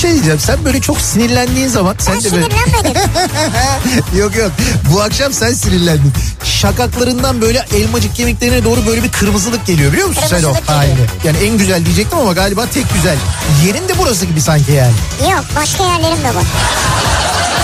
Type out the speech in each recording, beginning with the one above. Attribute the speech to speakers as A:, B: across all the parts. A: şey diyeceğim. Sen böyle çok sinirlendiğin zaman sen
B: Ben
A: de böyle...
B: sinirlenmedim.
A: yok yok. Bu akşam sen sinirlendin. Şakaklarından böyle elmacık kemiklerine doğru böyle bir kırmızılık geliyor biliyor musun sen o
B: Kırmızılık geliyor.
A: halini? Yani en güzel diyecektim ama galiba tek güzel. Yerin de burası gibi sanki yani.
B: Yok başka yerlerim de var.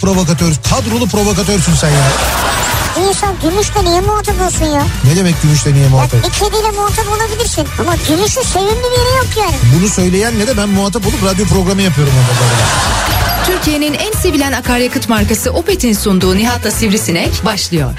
A: provokatör, kadrolu provokatörsün sen ya.
B: İnsan gümüşle niye muhatap olsun ya?
A: Ne demek gümüşle niye
B: Ya
A: muhatap?
B: bir kediyle muhatap olabilirsin. Ama gümüşün sevimli biri yok yani.
A: Bunu söyleyen ne de ben muhatap olup radyo programı yapıyorum. onunla beraber.
C: Türkiye'nin en sevilen akaryakıt markası Opet'in sunduğu Nihat'la Sivrisinek başlıyor.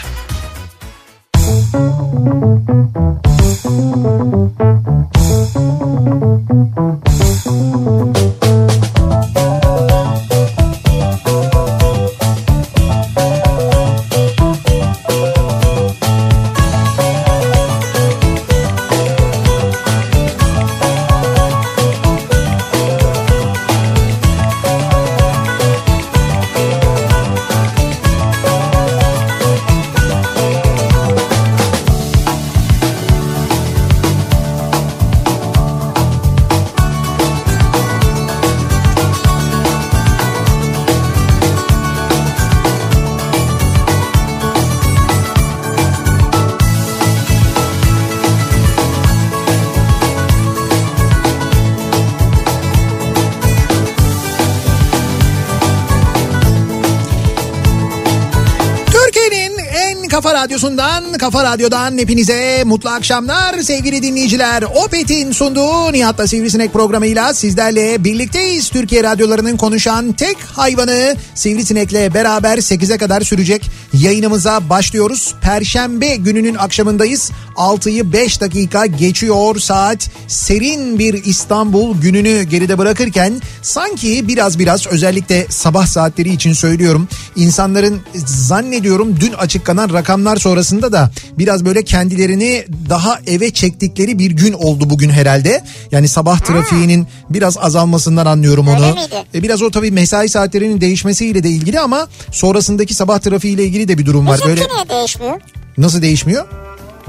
A: Türkiye'nin en kafa radyosundan, kafa radyodan hepinize mutlu akşamlar sevgili dinleyiciler. Opet'in sunduğu Nihat'la Sivrisinek programıyla sizlerle birlikteyiz. Türkiye radyolarının konuşan tek hayvanı Sivrisinek'le beraber 8'e kadar sürecek yayınımıza başlıyoruz. Perşembe gününün akşamındayız. 6'yı 5 dakika geçiyor saat. Serin bir İstanbul gününü geride bırakırken sanki biraz biraz özellikle sabah saatleri için söylüyorum. İnsanların zannediyorum dün açıklanan rakamlar sonrasında da biraz böyle kendilerini daha eve çektikleri bir gün oldu bugün herhalde. Yani sabah trafiğinin biraz azalmasından anlıyorum onu.
B: Öyle miydi?
A: E, Biraz o tabii mesai saatlerinin değişmesiyle de ilgili ama sonrasındaki sabah trafiğiyle ilgili de bir durum var.
B: Bizimki
A: Böyle
B: niye değişmiyor?
A: nasıl değişmiyor?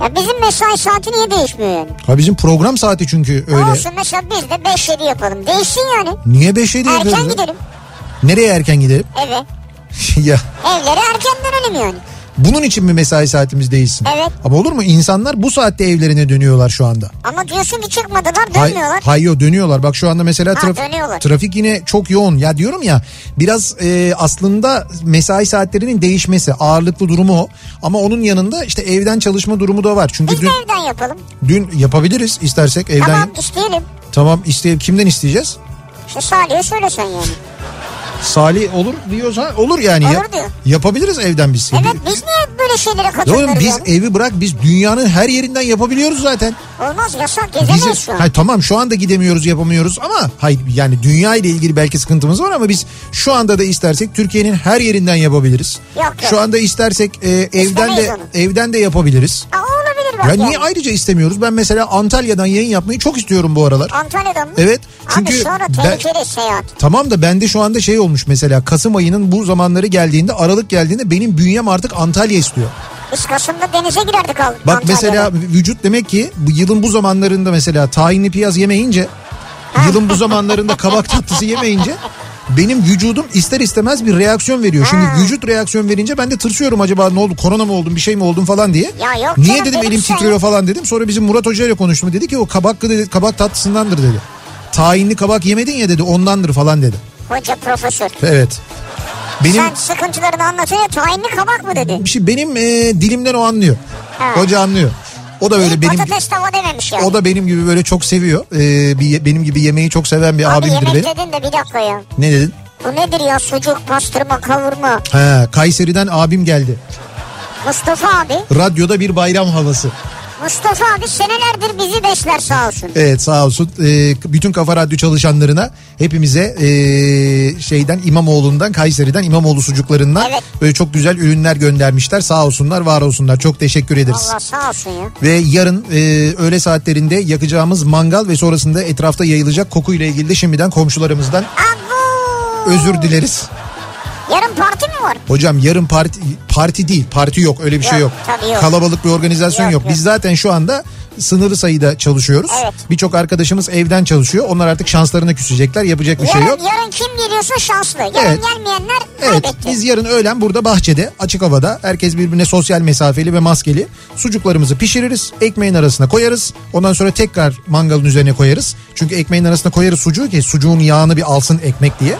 B: Ya bizim mesai saati niye değişmiyor yani?
A: Ha bizim program saati çünkü öyle.
B: Olsun mesela biz de 5-7 yapalım. Değişsin yani.
A: Niye 5'e diye
B: Erken
A: böyle?
B: gidelim
A: Nereye erken gidelim?
B: eve.
A: ya
B: Evlere erken dönelim yani.
A: bunun için mi mesai saatimiz değilsin?
B: Evet.
A: Ama olur mu? İnsanlar bu saatte evlerine dönüyorlar şu anda.
B: Ama diyorsun ki çıkmadılar
A: Hay-
B: dönmüyorlar.
A: Hayır dönüyorlar. Bak şu anda mesela
B: Ha,
A: traf-
B: dönüyorlar.
A: trafik yine çok yoğun. Ya diyorum ya biraz e, aslında mesai saatlerinin değişmesi ağırlıklı durumu o. Ama onun yanında işte evden çalışma durumu da var. Çünkü
B: Biz de
A: dün,
B: evden yapalım.
A: dün yapabiliriz istersek evden.
B: Tamam isteyelim.
A: Tamam isteyip kimden isteyeceğiz?
B: İşte Salih'e söylesen yani.
A: Salih olur diyorsa olur yani.
B: Olur
A: Yap-
B: diyor.
A: Yapabiliriz evden biz.
B: Evet biz niye böyle şeylere
A: Ya Oğlum
B: katılmıyoruz
A: biz
B: yani?
A: evi bırak biz dünyanın her yerinden yapabiliyoruz zaten.
B: Olmaz yasak
A: Bizi-
B: gezemeyiz şu an.
A: Hayır, tamam şu anda gidemiyoruz yapamıyoruz ama hayır yani dünya ile ilgili belki sıkıntımız var ama biz şu anda da istersek Türkiye'nin her yerinden yapabiliriz.
B: Yok, yok.
A: Şu anda istersek e, evden de
B: onu.
A: evden de yapabiliriz.
B: Aa, olabilir bak
A: Ya
B: yani.
A: niye ayrıca istemiyoruz? Ben mesela Antalya'dan yayın yapmayı çok istiyorum bu aralar.
B: Antalya'dan mı?
A: Evet,
B: Abi
A: çünkü
B: sonra
A: ben-
B: tehlikeli seyahat.
A: Tamam da bende şu anda şey olmuş mesela Kasım ayının bu zamanları geldiğinde Aralık geldiğinde benim bünyem artık Antalya istiyor.
B: Biz Kasım'da denize girerdik al.
A: Bak
B: Antalya'da.
A: mesela vücut demek ki bu yılın bu zamanlarında mesela tahinli piyaz yemeyince yılın bu zamanlarında kabak tatlısı yemeyince benim vücudum ister istemez bir reaksiyon veriyor. Şimdi vücut reaksiyon verince ben de tırsıyorum acaba ne oldu korona mı oldum bir şey mi oldum falan diye.
B: Ya yok
A: Niye
B: canım,
A: dedim
B: benim
A: elim
B: şey
A: titriyor
B: yok.
A: falan dedim. Sonra bizim Murat Hoca ile konuştum dedi ki o kabak, dedi, kabak tatlısındandır dedi. Tahinli kabak yemedin ya dedi ondandır falan dedi.
B: Hoca profesör.
A: Evet. Benim
B: Sen sıkıntılarını anlatıyor ya tayinli kabak mı dedi.
A: bir şey benim e, dilimden o anlıyor.
B: Ha.
A: Hoca anlıyor. O da
B: İyi,
A: böyle benim
B: Patates tava dememiş yani.
A: O da benim gibi böyle çok seviyor. Ee, bir, benim gibi yemeği çok seven bir
B: Abi
A: abimdir
B: yemek
A: benim.
B: dedin de bir dakika ya.
A: Ne dedin?
B: Bu nedir ya sucuk, pastırma, kavurma.
A: Ha, Kayseri'den abim geldi.
B: Mustafa abi.
A: Radyoda bir bayram havası.
B: Mustafa abi senelerdir bizi besler sağ olsun.
A: Evet sağ olsun. Ee, bütün Kafa Radyo çalışanlarına hepimize ee, şeyden İmamoğlu'ndan Kayseri'den İmamoğlu sucuklarından
B: Evet.
A: böyle çok güzel ürünler göndermişler. Sağ olsunlar var olsunlar. Çok teşekkür ederiz.
B: Allah sağ olsun ya.
A: Ve yarın e, öğle saatlerinde yakacağımız mangal ve sonrasında etrafta yayılacak kokuyla ilgili de şimdiden komşularımızdan
B: Abu.
A: özür dileriz.
B: Yarın parti mi var?
A: Hocam yarın parti parti değil parti yok öyle bir şey yok.
B: Yok, tabii yok.
A: Kalabalık bir organizasyon yok.
B: Yok,
A: Biz zaten şu anda sınırlı sayıda çalışıyoruz.
B: Evet.
A: Birçok arkadaşımız evden çalışıyor. Onlar artık şanslarına küsecekler yapacak bir şey yok.
B: yarın, yarın kim geliyorsa şanslı. Yarın
A: Evet.
B: gelmeyenler
A: Evet
B: kaybetti.
A: biz yarın öğlen burada bahçede açık havada herkes birbirine sosyal mesafeli ve maskeli sucuklarımızı pişiririz. Ekmeğin arasına koyarız. Ondan sonra tekrar mangalın üzerine koyarız. Çünkü ekmeğin arasına koyarız sucuğu ki sucuğun yağını bir alsın ekmek diye.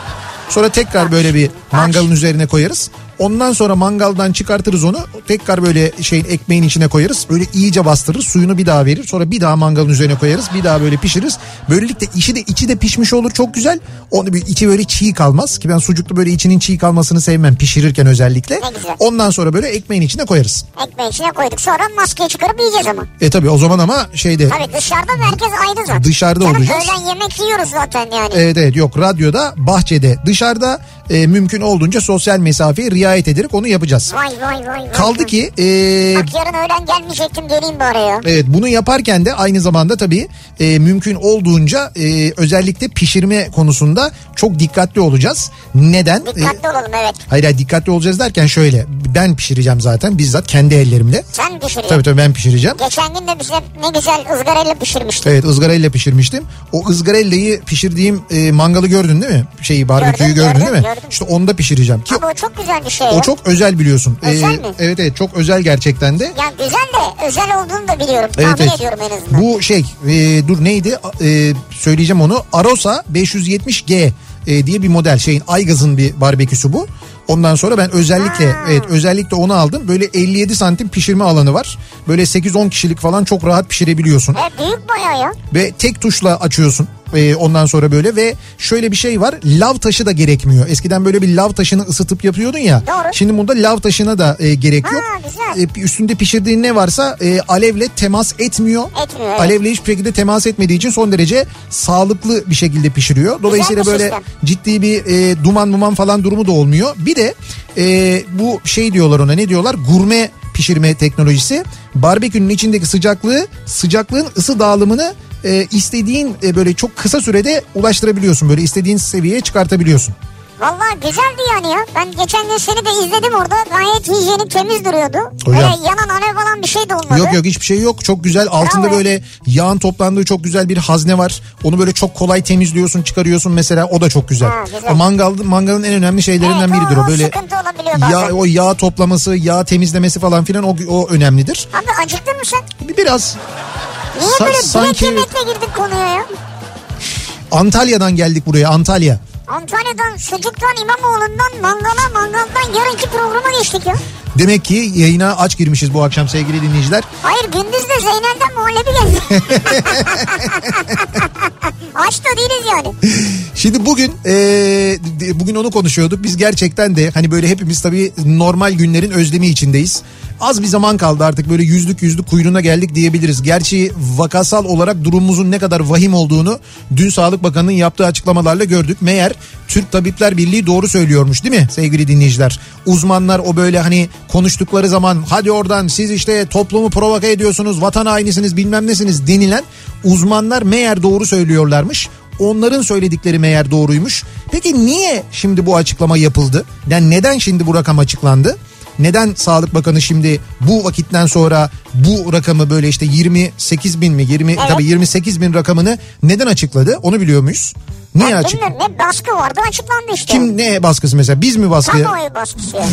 A: Sonra tekrar böyle bir mangalın üzerine koyarız. Ondan sonra mangaldan çıkartırız onu. Tekrar böyle şeyin ekmeğin içine koyarız. Böyle iyice bastırırız. Suyunu bir daha verir. Sonra bir daha mangalın üzerine koyarız. Bir daha böyle pişiririz. Böylelikle içi de içi de pişmiş olur. Çok güzel. Onu bir içi böyle çiğ kalmaz ki ben sucuklu böyle içinin çiğ kalmasını sevmem pişirirken özellikle.
B: Ne güzel.
A: Ondan sonra böyle ekmeğin içine koyarız.
B: Ekmeği içine koyduk. Sonra maskeyi çıkarıp yiyeceğiz ama.
A: E tabi o zaman ama şeyde
B: Tabii dışarıda da herkes ayrı zaten.
A: Dışarıda
B: Canım,
A: olacağız.
B: Öğlen yemek yiyoruz zaten yani.
A: Evet evet yok radyoda bahçede dışarıda e, mümkün olduğunca sosyal mesafeye riayet ederek onu yapacağız.
B: Vay vay vay. vay.
A: Kaldı ki e,
B: Bak yarın öğlen gelmeyecektim geleyim bari ya.
A: Evet bunu yaparken de aynı zamanda tabii e, mümkün olduğunca e, özellikle pişirme konusunda çok dikkatli olacağız. Neden? E,
B: Dikkatli olalım evet.
A: hayır hayır dikkatli olacağız derken şöyle ben pişireceğim zaten bizzat kendi ellerimle.
B: Sen pişiriyorsun.
A: Tabii tabii ben pişireceğim.
B: Geçen gün de bize ne güzel ızgarayla pişirmiştin.
A: Evet ızgarayla pişirmiştim. O ızgarayı pişirdiğim e, mangalı gördün değil mi? Şeyi barbeküyü
B: Gördüm,
A: gördün
B: gördüm,
A: değil mi?
B: gördüm.
A: İşte onu da pişireceğim ki
B: Ama o çok güzel bir şey ya.
A: o çok özel biliyorsun. E,
B: Özel mi?
A: Evet evet çok özel gerçekten de.
B: Ya güzel de özel olduğunu da biliyorum.
A: Evet,
B: Tahmin
A: evet.
B: ediyorum en azından.
A: Bu şey e, dur neydi A- e, söyleyeceğim onu Arosa 570G e, diye bir model şeyin Aygaz'ın bir barbeküsü bu. Ondan sonra ben özellikle evet özellikle onu aldım. Böyle 57 santim pişirme alanı var. Böyle 8-10 kişilik falan çok rahat pişirebiliyorsun
B: E, büyük bayağı ya.
A: ve tek tuşla açıyorsun. Ee, ondan sonra böyle ve şöyle bir şey var lav taşı da gerekmiyor. Eskiden böyle bir lav taşını ısıtıp yapıyordun ya.
B: Doğru.
A: Şimdi bunda lav taşına da e, gerek
B: Ha,
A: yok.
B: güzel.
A: E, üstünde pişirdiğin ne varsa e, alevle temas etmiyor.
B: Etmiyor, evet.
A: Alevle hiçbir şekilde temas etmediği için son derece sağlıklı bir şekilde pişiriyor. Dolayısıyla
B: Güzel bir
A: böyle
B: sistem.
A: ciddi bir e, duman duman falan durumu da olmuyor. Bir de e, bu şey diyorlar ona ne diyorlar gurme pişirme teknolojisi barbekünün içindeki sıcaklığı sıcaklığın ısı dağılımını e, istediğin e, böyle çok kısa sürede ulaştırabiliyorsun böyle istediğin seviyeye çıkartabiliyorsun.
B: Vallahi güzeldi yani ya. Ben geçen gün seni de izledim orada. Gayet hijyenik temiz duruyordu. Böyle yanan alev falan bir şey de olmadı.
A: Yok yok hiçbir şey yok çok güzel altında
B: Bravo.
A: böyle yağın toplandığı çok güzel bir hazne var onu böyle çok kolay temizliyorsun çıkarıyorsun mesela o da çok güzel.
B: Ha, güzel.
A: O mangal, mangalın en önemli şeylerinden
B: Evet, o-
A: biridir o,
B: o
A: böyle
B: sıkıntı olabiliyor bazen.
A: yağ, o yağ toplaması yağ temizlemesi falan filan o, o önemlidir.
B: Abi acıktın mı sen?
A: Biraz
B: Niye
A: Sa-
B: böyle direkt
A: sanki-
B: yemekle girdik konuya ya?
A: Antalya'dan geldik buraya Antalya.
B: Antalya'dan, sucuktan, İmamoğlu'ndan, mangala, mangaldan yarınki programa geçtik ya.
A: Demek ki yayına aç girmişiz bu akşam sevgili dinleyiciler.
B: Hayır gündüz de Zeynel'den muhallebi geldi. Aç da değiliz yani.
A: Şimdi bugün e, d- bugün onu konuşuyorduk. Biz gerçekten de hani böyle hepimiz tabii normal günlerin özlemi içindeyiz. Az bir zaman kaldı artık böyle yüzlük yüzlük kuyruğuna geldik diyebiliriz. Gerçi vakasal olarak durumumuzun ne kadar vahim olduğunu dün Sağlık Bakanı'nın yaptığı açıklamalarla gördük. Meğer Türk Tabipler Birliği doğru söylüyormuş değil mi sevgili dinleyiciler? Uzmanlar o böyle hani konuştukları zaman hadi oradan siz işte toplumu provoke ediyorsunuz, vatan hainisiniz bilmem nesiniz denilen uzmanlar meğer doğru söylüyorlarmış. Onların söyledikleri meğer doğruymuş. Peki niye şimdi bu açıklama yapıldı? Yani neden şimdi bu rakam açıklandı? Neden Sağlık Bakanı şimdi bu vakitten sonra bu rakamı böyle işte 28 bin mi 20
B: Evet.
A: tabii 28 bin rakamını neden açıkladı? Onu biliyor muyuz? Niye
B: Ben
A: açık?
B: bilmiyorum ne baskı vardı açıklandı işte.
A: Kim ne baskısı mesela? Biz mi baskı?
B: Kamuoyu baskısı yani.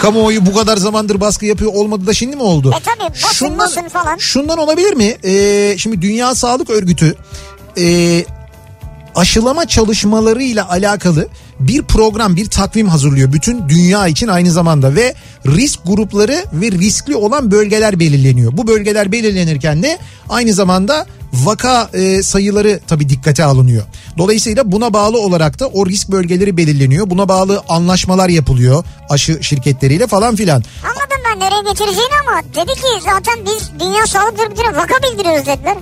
A: Kamuoyu bu kadar zamandır baskı yapıyor olmadı da şimdi mi oldu?
B: E tabii, basın, basın falan.
A: Şundan olabilir mi? Ee, şimdi Dünya Sağlık Örgütü e, aşılama çalışmalarıyla alakalı bir program, bir takvim hazırlıyor. Bütün dünya için aynı zamanda ve risk grupları ve riskli olan bölgeler belirleniyor. Bu bölgeler belirlenirken de aynı zamanda vaka e, sayıları tabii dikkate alınıyor. Dolayısıyla buna bağlı olarak da o risk bölgeleri belirleniyor. Buna bağlı anlaşmalar yapılıyor aşı şirketleriyle falan filan.
B: Anladım ben nereye getireceğini ama dedi ki zaten biz Dünya Sağlık Örgütü'ne vaka bildiriyoruz dediler.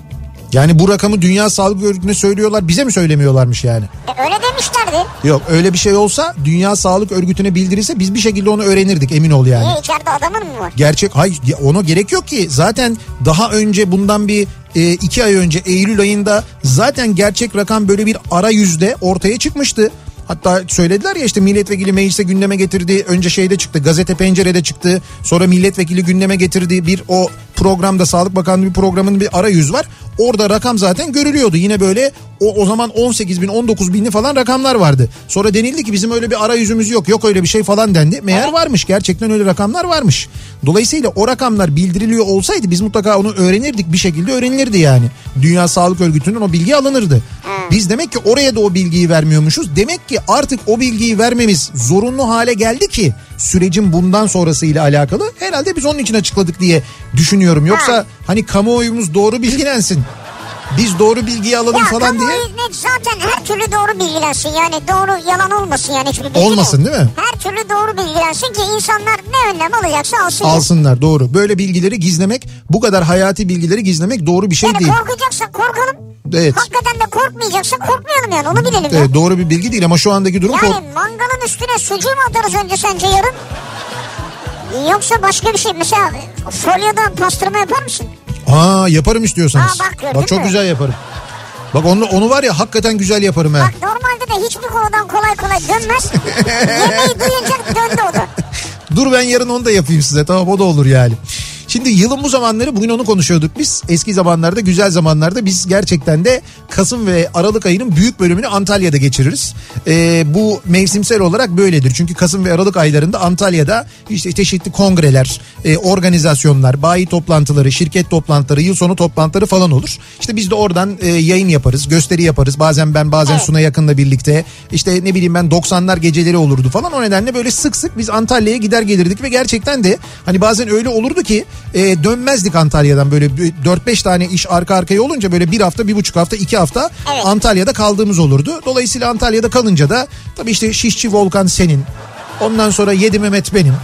A: Yani bu rakamı Dünya Sağlık Örgütü'ne söylüyorlar bize mi söylemiyorlarmış yani?
B: E, öyle demişlerdi.
A: Yok öyle bir şey olsa Dünya Sağlık Örgütü'ne bildirirse biz bir şekilde onu öğrenirdik emin ol yani.
B: Niye içeride adamın mı var?
A: Gerçek hayır ya ona gerek yok ki zaten daha önce bundan bir e, iki ay önce Eylül ayında zaten gerçek rakam böyle bir ara yüzde ortaya çıkmıştı. Hatta söylediler ya işte milletvekili meclise gündeme getirdi. Önce şeyde çıktı gazete pencerede çıktı. Sonra milletvekili gündeme getirdiği bir o programda Sağlık Bakanlığı bir programının bir arayüz var. Orada rakam zaten görülüyordu. Yine böyle o, o zaman 18 bin 19 binli falan rakamlar vardı. Sonra denildi ki bizim öyle bir arayüzümüz yok. Yok öyle bir şey falan dendi. Meğer varmış gerçekten öyle rakamlar varmış. Dolayısıyla o rakamlar bildiriliyor olsaydı biz mutlaka onu öğrenirdik bir şekilde öğrenilirdi yani. Dünya Sağlık Örgütü'nün o bilgi alınırdı.
B: Hmm.
A: Biz demek ki oraya da o bilgiyi vermiyormuşuz. Demek ki artık o bilgiyi vermemiz zorunlu hale geldi ki sürecin bundan sonrasıyla alakalı herhalde biz onun için açıkladık diye düşünüyorum. Yoksa
B: Ha.
A: hani kamuoyumuz doğru bilgilensin. Biz doğru bilgiyi alalım
B: Ya
A: falan diye.
B: kamuoyu hizmet zaten her türlü doğru bilgilensin. Yani doğru yalan olmasın yani hiçbir bilgi
A: Olmasın
B: yok.
A: değil mi?
B: Her türlü doğru bilgilensin ki insanlar ne önlem alacaksa alsın.
A: Alsınlar doğru. Böyle bilgileri gizlemek, bu kadar hayati bilgileri gizlemek doğru bir şey
B: yani
A: değil.
B: korkacaksak korkalım.
A: Evet.
B: Hakikaten de korkmayacaksak korkmayalım yani onu bilelim ya.
A: Evet, doğru bir bilgi değil ama şu andaki durum kork-
B: Yani mangalın üstüne sucuğu mu atarız önce sence yarın? Yoksa başka bir şey mesela folyodan pastırma yapar mısın?
A: Aa yaparım istiyorsanız.
B: Aa, bak gördün
A: çok
B: mü?
A: güzel yaparım. Bak onu onu var ya hakikaten güzel yaparım ha.
B: Bak normalde de hiçbir konudan kolay kolay dönmez. Yemeği duyunca döndü o da.
A: Dur ben yarın onu da yapayım size tamam o da olur yani. Şimdi yılın bu zamanları bugün onu konuşuyorduk biz. Eski zamanlarda güzel zamanlarda biz gerçekten de Kasım ve Aralık ayının büyük bölümünü Antalya'da geçiririz. Ee, bu mevsimsel olarak böyledir. Çünkü Kasım ve Aralık aylarında Antalya'da işte çeşitli kongreler, e, organizasyonlar, bayi toplantıları, şirket toplantıları, yıl sonu toplantıları falan olur. İşte biz de oradan e, yayın yaparız, gösteri yaparız. Bazen ben bazen
B: Evet.
A: Suna yakınla birlikte işte ne bileyim ben 90'lar geceleri olurdu falan. O nedenle böyle sık sık biz Antalya'ya gider gelirdik ve gerçekten de hani bazen öyle olurdu ki e, dönmezdik Antalya'dan böyle bir- 4-5 tane iş arka arkaya olunca böyle bir hafta, bir buçuk hafta, iki hafta
B: Evet.
A: Antalya'da kaldığımız olurdu. Dolayısıyla Antalya'da kalınca da tabii işte Şişçi Volkan senin. Ondan sonra Yedi Mehmet benim.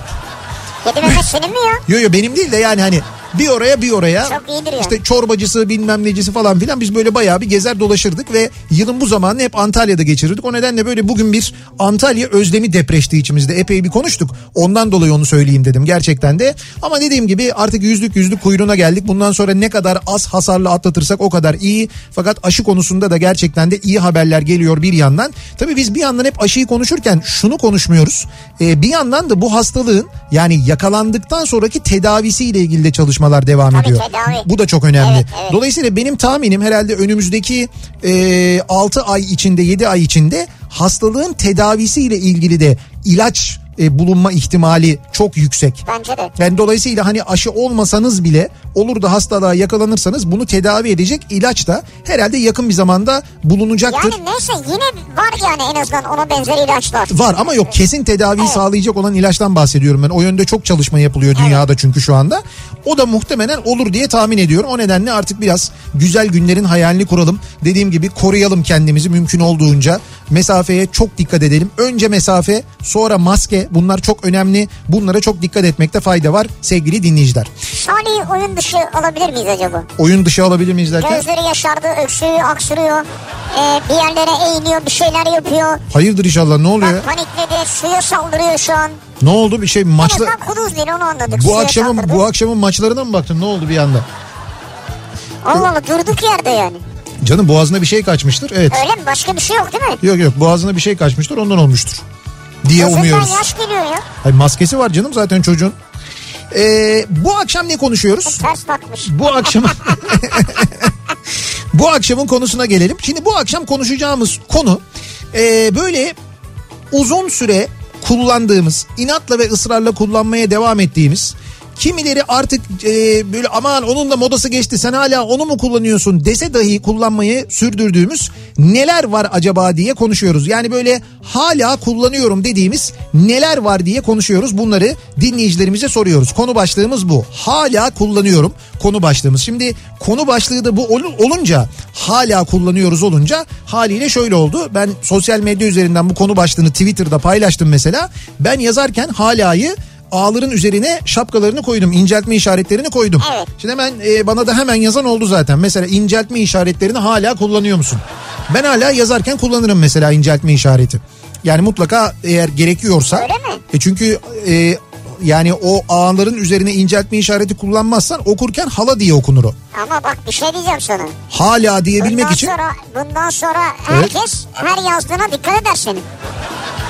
B: Yedi Mehmet senin mi ya?
A: Yo yo benim değil de yani hani bir oraya bir oraya.
B: Çok iyidir ya.
A: İşte çorbacısı bilmem necisi falan filan biz böyle bayağı bir gezer dolaşırdık ve yılın bu zamanını hep Antalya'da geçirirdik. O nedenle böyle bugün bir Antalya özlemi depreşti içimizde epey bir konuştuk. Ondan dolayı onu söyleyeyim dedim gerçekten de. Ama dediğim gibi artık yüzlük yüzlük kuyruğuna geldik. Bundan sonra ne kadar az hasarlı atlatırsak o kadar iyi. Fakat aşı konusunda da gerçekten de iyi haberler geliyor bir yandan. Tabii biz bir yandan hep aşıyı konuşurken şunu konuşmuyoruz. Ee, bir yandan da bu hastalığın yani yakalandıktan sonraki tedavisiyle ilgili de çalışmalar devam
B: Tabii
A: ediyor.
B: tedavi.
A: Bu da çok önemli.
B: Evet, evet.
A: Dolayısıyla benim tahminim herhalde önümüzdeki e, 6 ay içinde 7 ay içinde hastalığın tedavisiyle ilgili de ilaç e, bulunma ihtimali çok yüksek.
B: Bence de.
A: Yani dolayısıyla hani aşı olmasanız bile olur da hastalığa yakalanırsanız bunu tedavi edecek ilaç da herhalde yakın bir zamanda bulunacaktır.
B: Yani neyse yine var yani en azından ona benzer ilaçlar.
A: Var ama yok kesin tedaviyi sağlayacak olan ilaçtan bahsediyorum ben. O yönde çok çalışma yapılıyor dünyada çünkü şu anda. O da muhtemelen olur diye tahmin ediyorum. O nedenle artık biraz güzel günlerin hayalini kuralım. Dediğim gibi koruyalım kendimizi mümkün olduğunca. Mesafeye çok dikkat edelim. Önce mesafe sonra maske bunlar çok önemli. Bunlara çok dikkat etmekte fayda var sevgili dinleyiciler.
B: Salih'i oyun dışı alabilir miyiz acaba?
A: Oyun dışı alabilir miyiz derken?
B: Gözleri yaşardı, öksürüyor, aksırıyor. Ee, bir yerlere eğiliyor, bir şeyler yapıyor.
A: Hayırdır inşallah ne oluyor? ya?
B: Bak panikledi, suya saldırıyor şu an.
A: Ne oldu bir şey maçla...
B: En azından kuduz değil onu anladık.
A: Bu
B: Suya
A: akşamın
B: saldırdı.
A: bu akşamın maçlarına mı baktın? Ne oldu bir anda?
B: Allah Allah durduk yerde yani.
A: Canım boğazına bir şey kaçmıştır. Evet.
B: Öyle mi? Başka bir şey yok değil mi?
A: Yok yok boğazına bir şey kaçmıştır ondan olmuştur. Diye
B: Gözünden
A: umuyoruz.
B: yaş geliyor ya.
A: Hayır, maskesi var canım zaten çocuğun. Ee, bu akşam ne konuşuyoruz?
B: Ters bakmış.
A: Bu akşam... bu akşamın konusuna gelelim. Şimdi bu akşam konuşacağımız konu ee, böyle uzun süre kullandığımız, inatla ve ısrarla kullanmaya devam ettiğimiz kimileri artık e, böyle aman onun da modası geçti sen hala onu mu kullanıyorsun dese dahi kullanmayı sürdürdüğümüz neler var acaba diye konuşuyoruz. Yani böyle hala kullanıyorum dediğimiz neler var diye konuşuyoruz. Bunları dinleyicilerimize soruyoruz. Konu başlığımız bu. Hala kullanıyorum konu başlığımız. Şimdi konu başlığı da bu ol- olunca hala kullanıyoruz olunca haliyle şöyle oldu. Ben sosyal medya üzerinden bu konu başlığını Twitter'da paylaştım mesela. Ben yazarken halayı ağların üzerine şapkalarını koydum. inceltme işaretlerini koydum.
B: Evet.
A: Şimdi hemen e, bana da hemen yazan oldu zaten. Mesela inceltme işaretlerini hala kullanıyor musun? Ben hala yazarken kullanırım mesela inceltme işareti. Yani mutlaka eğer gerekiyorsa.
B: Öyle mi?
A: E çünkü e, yani o ağların üzerine inceltme işareti kullanmazsan okurken hala diye okunur o.
B: Ama bak bir şey diyeceğim sana.
A: Hala diyebilmek
B: Bundan
A: için
B: sonra, bundan sonra
A: Evet.
B: herkes her yazdığına dikkat eder senin.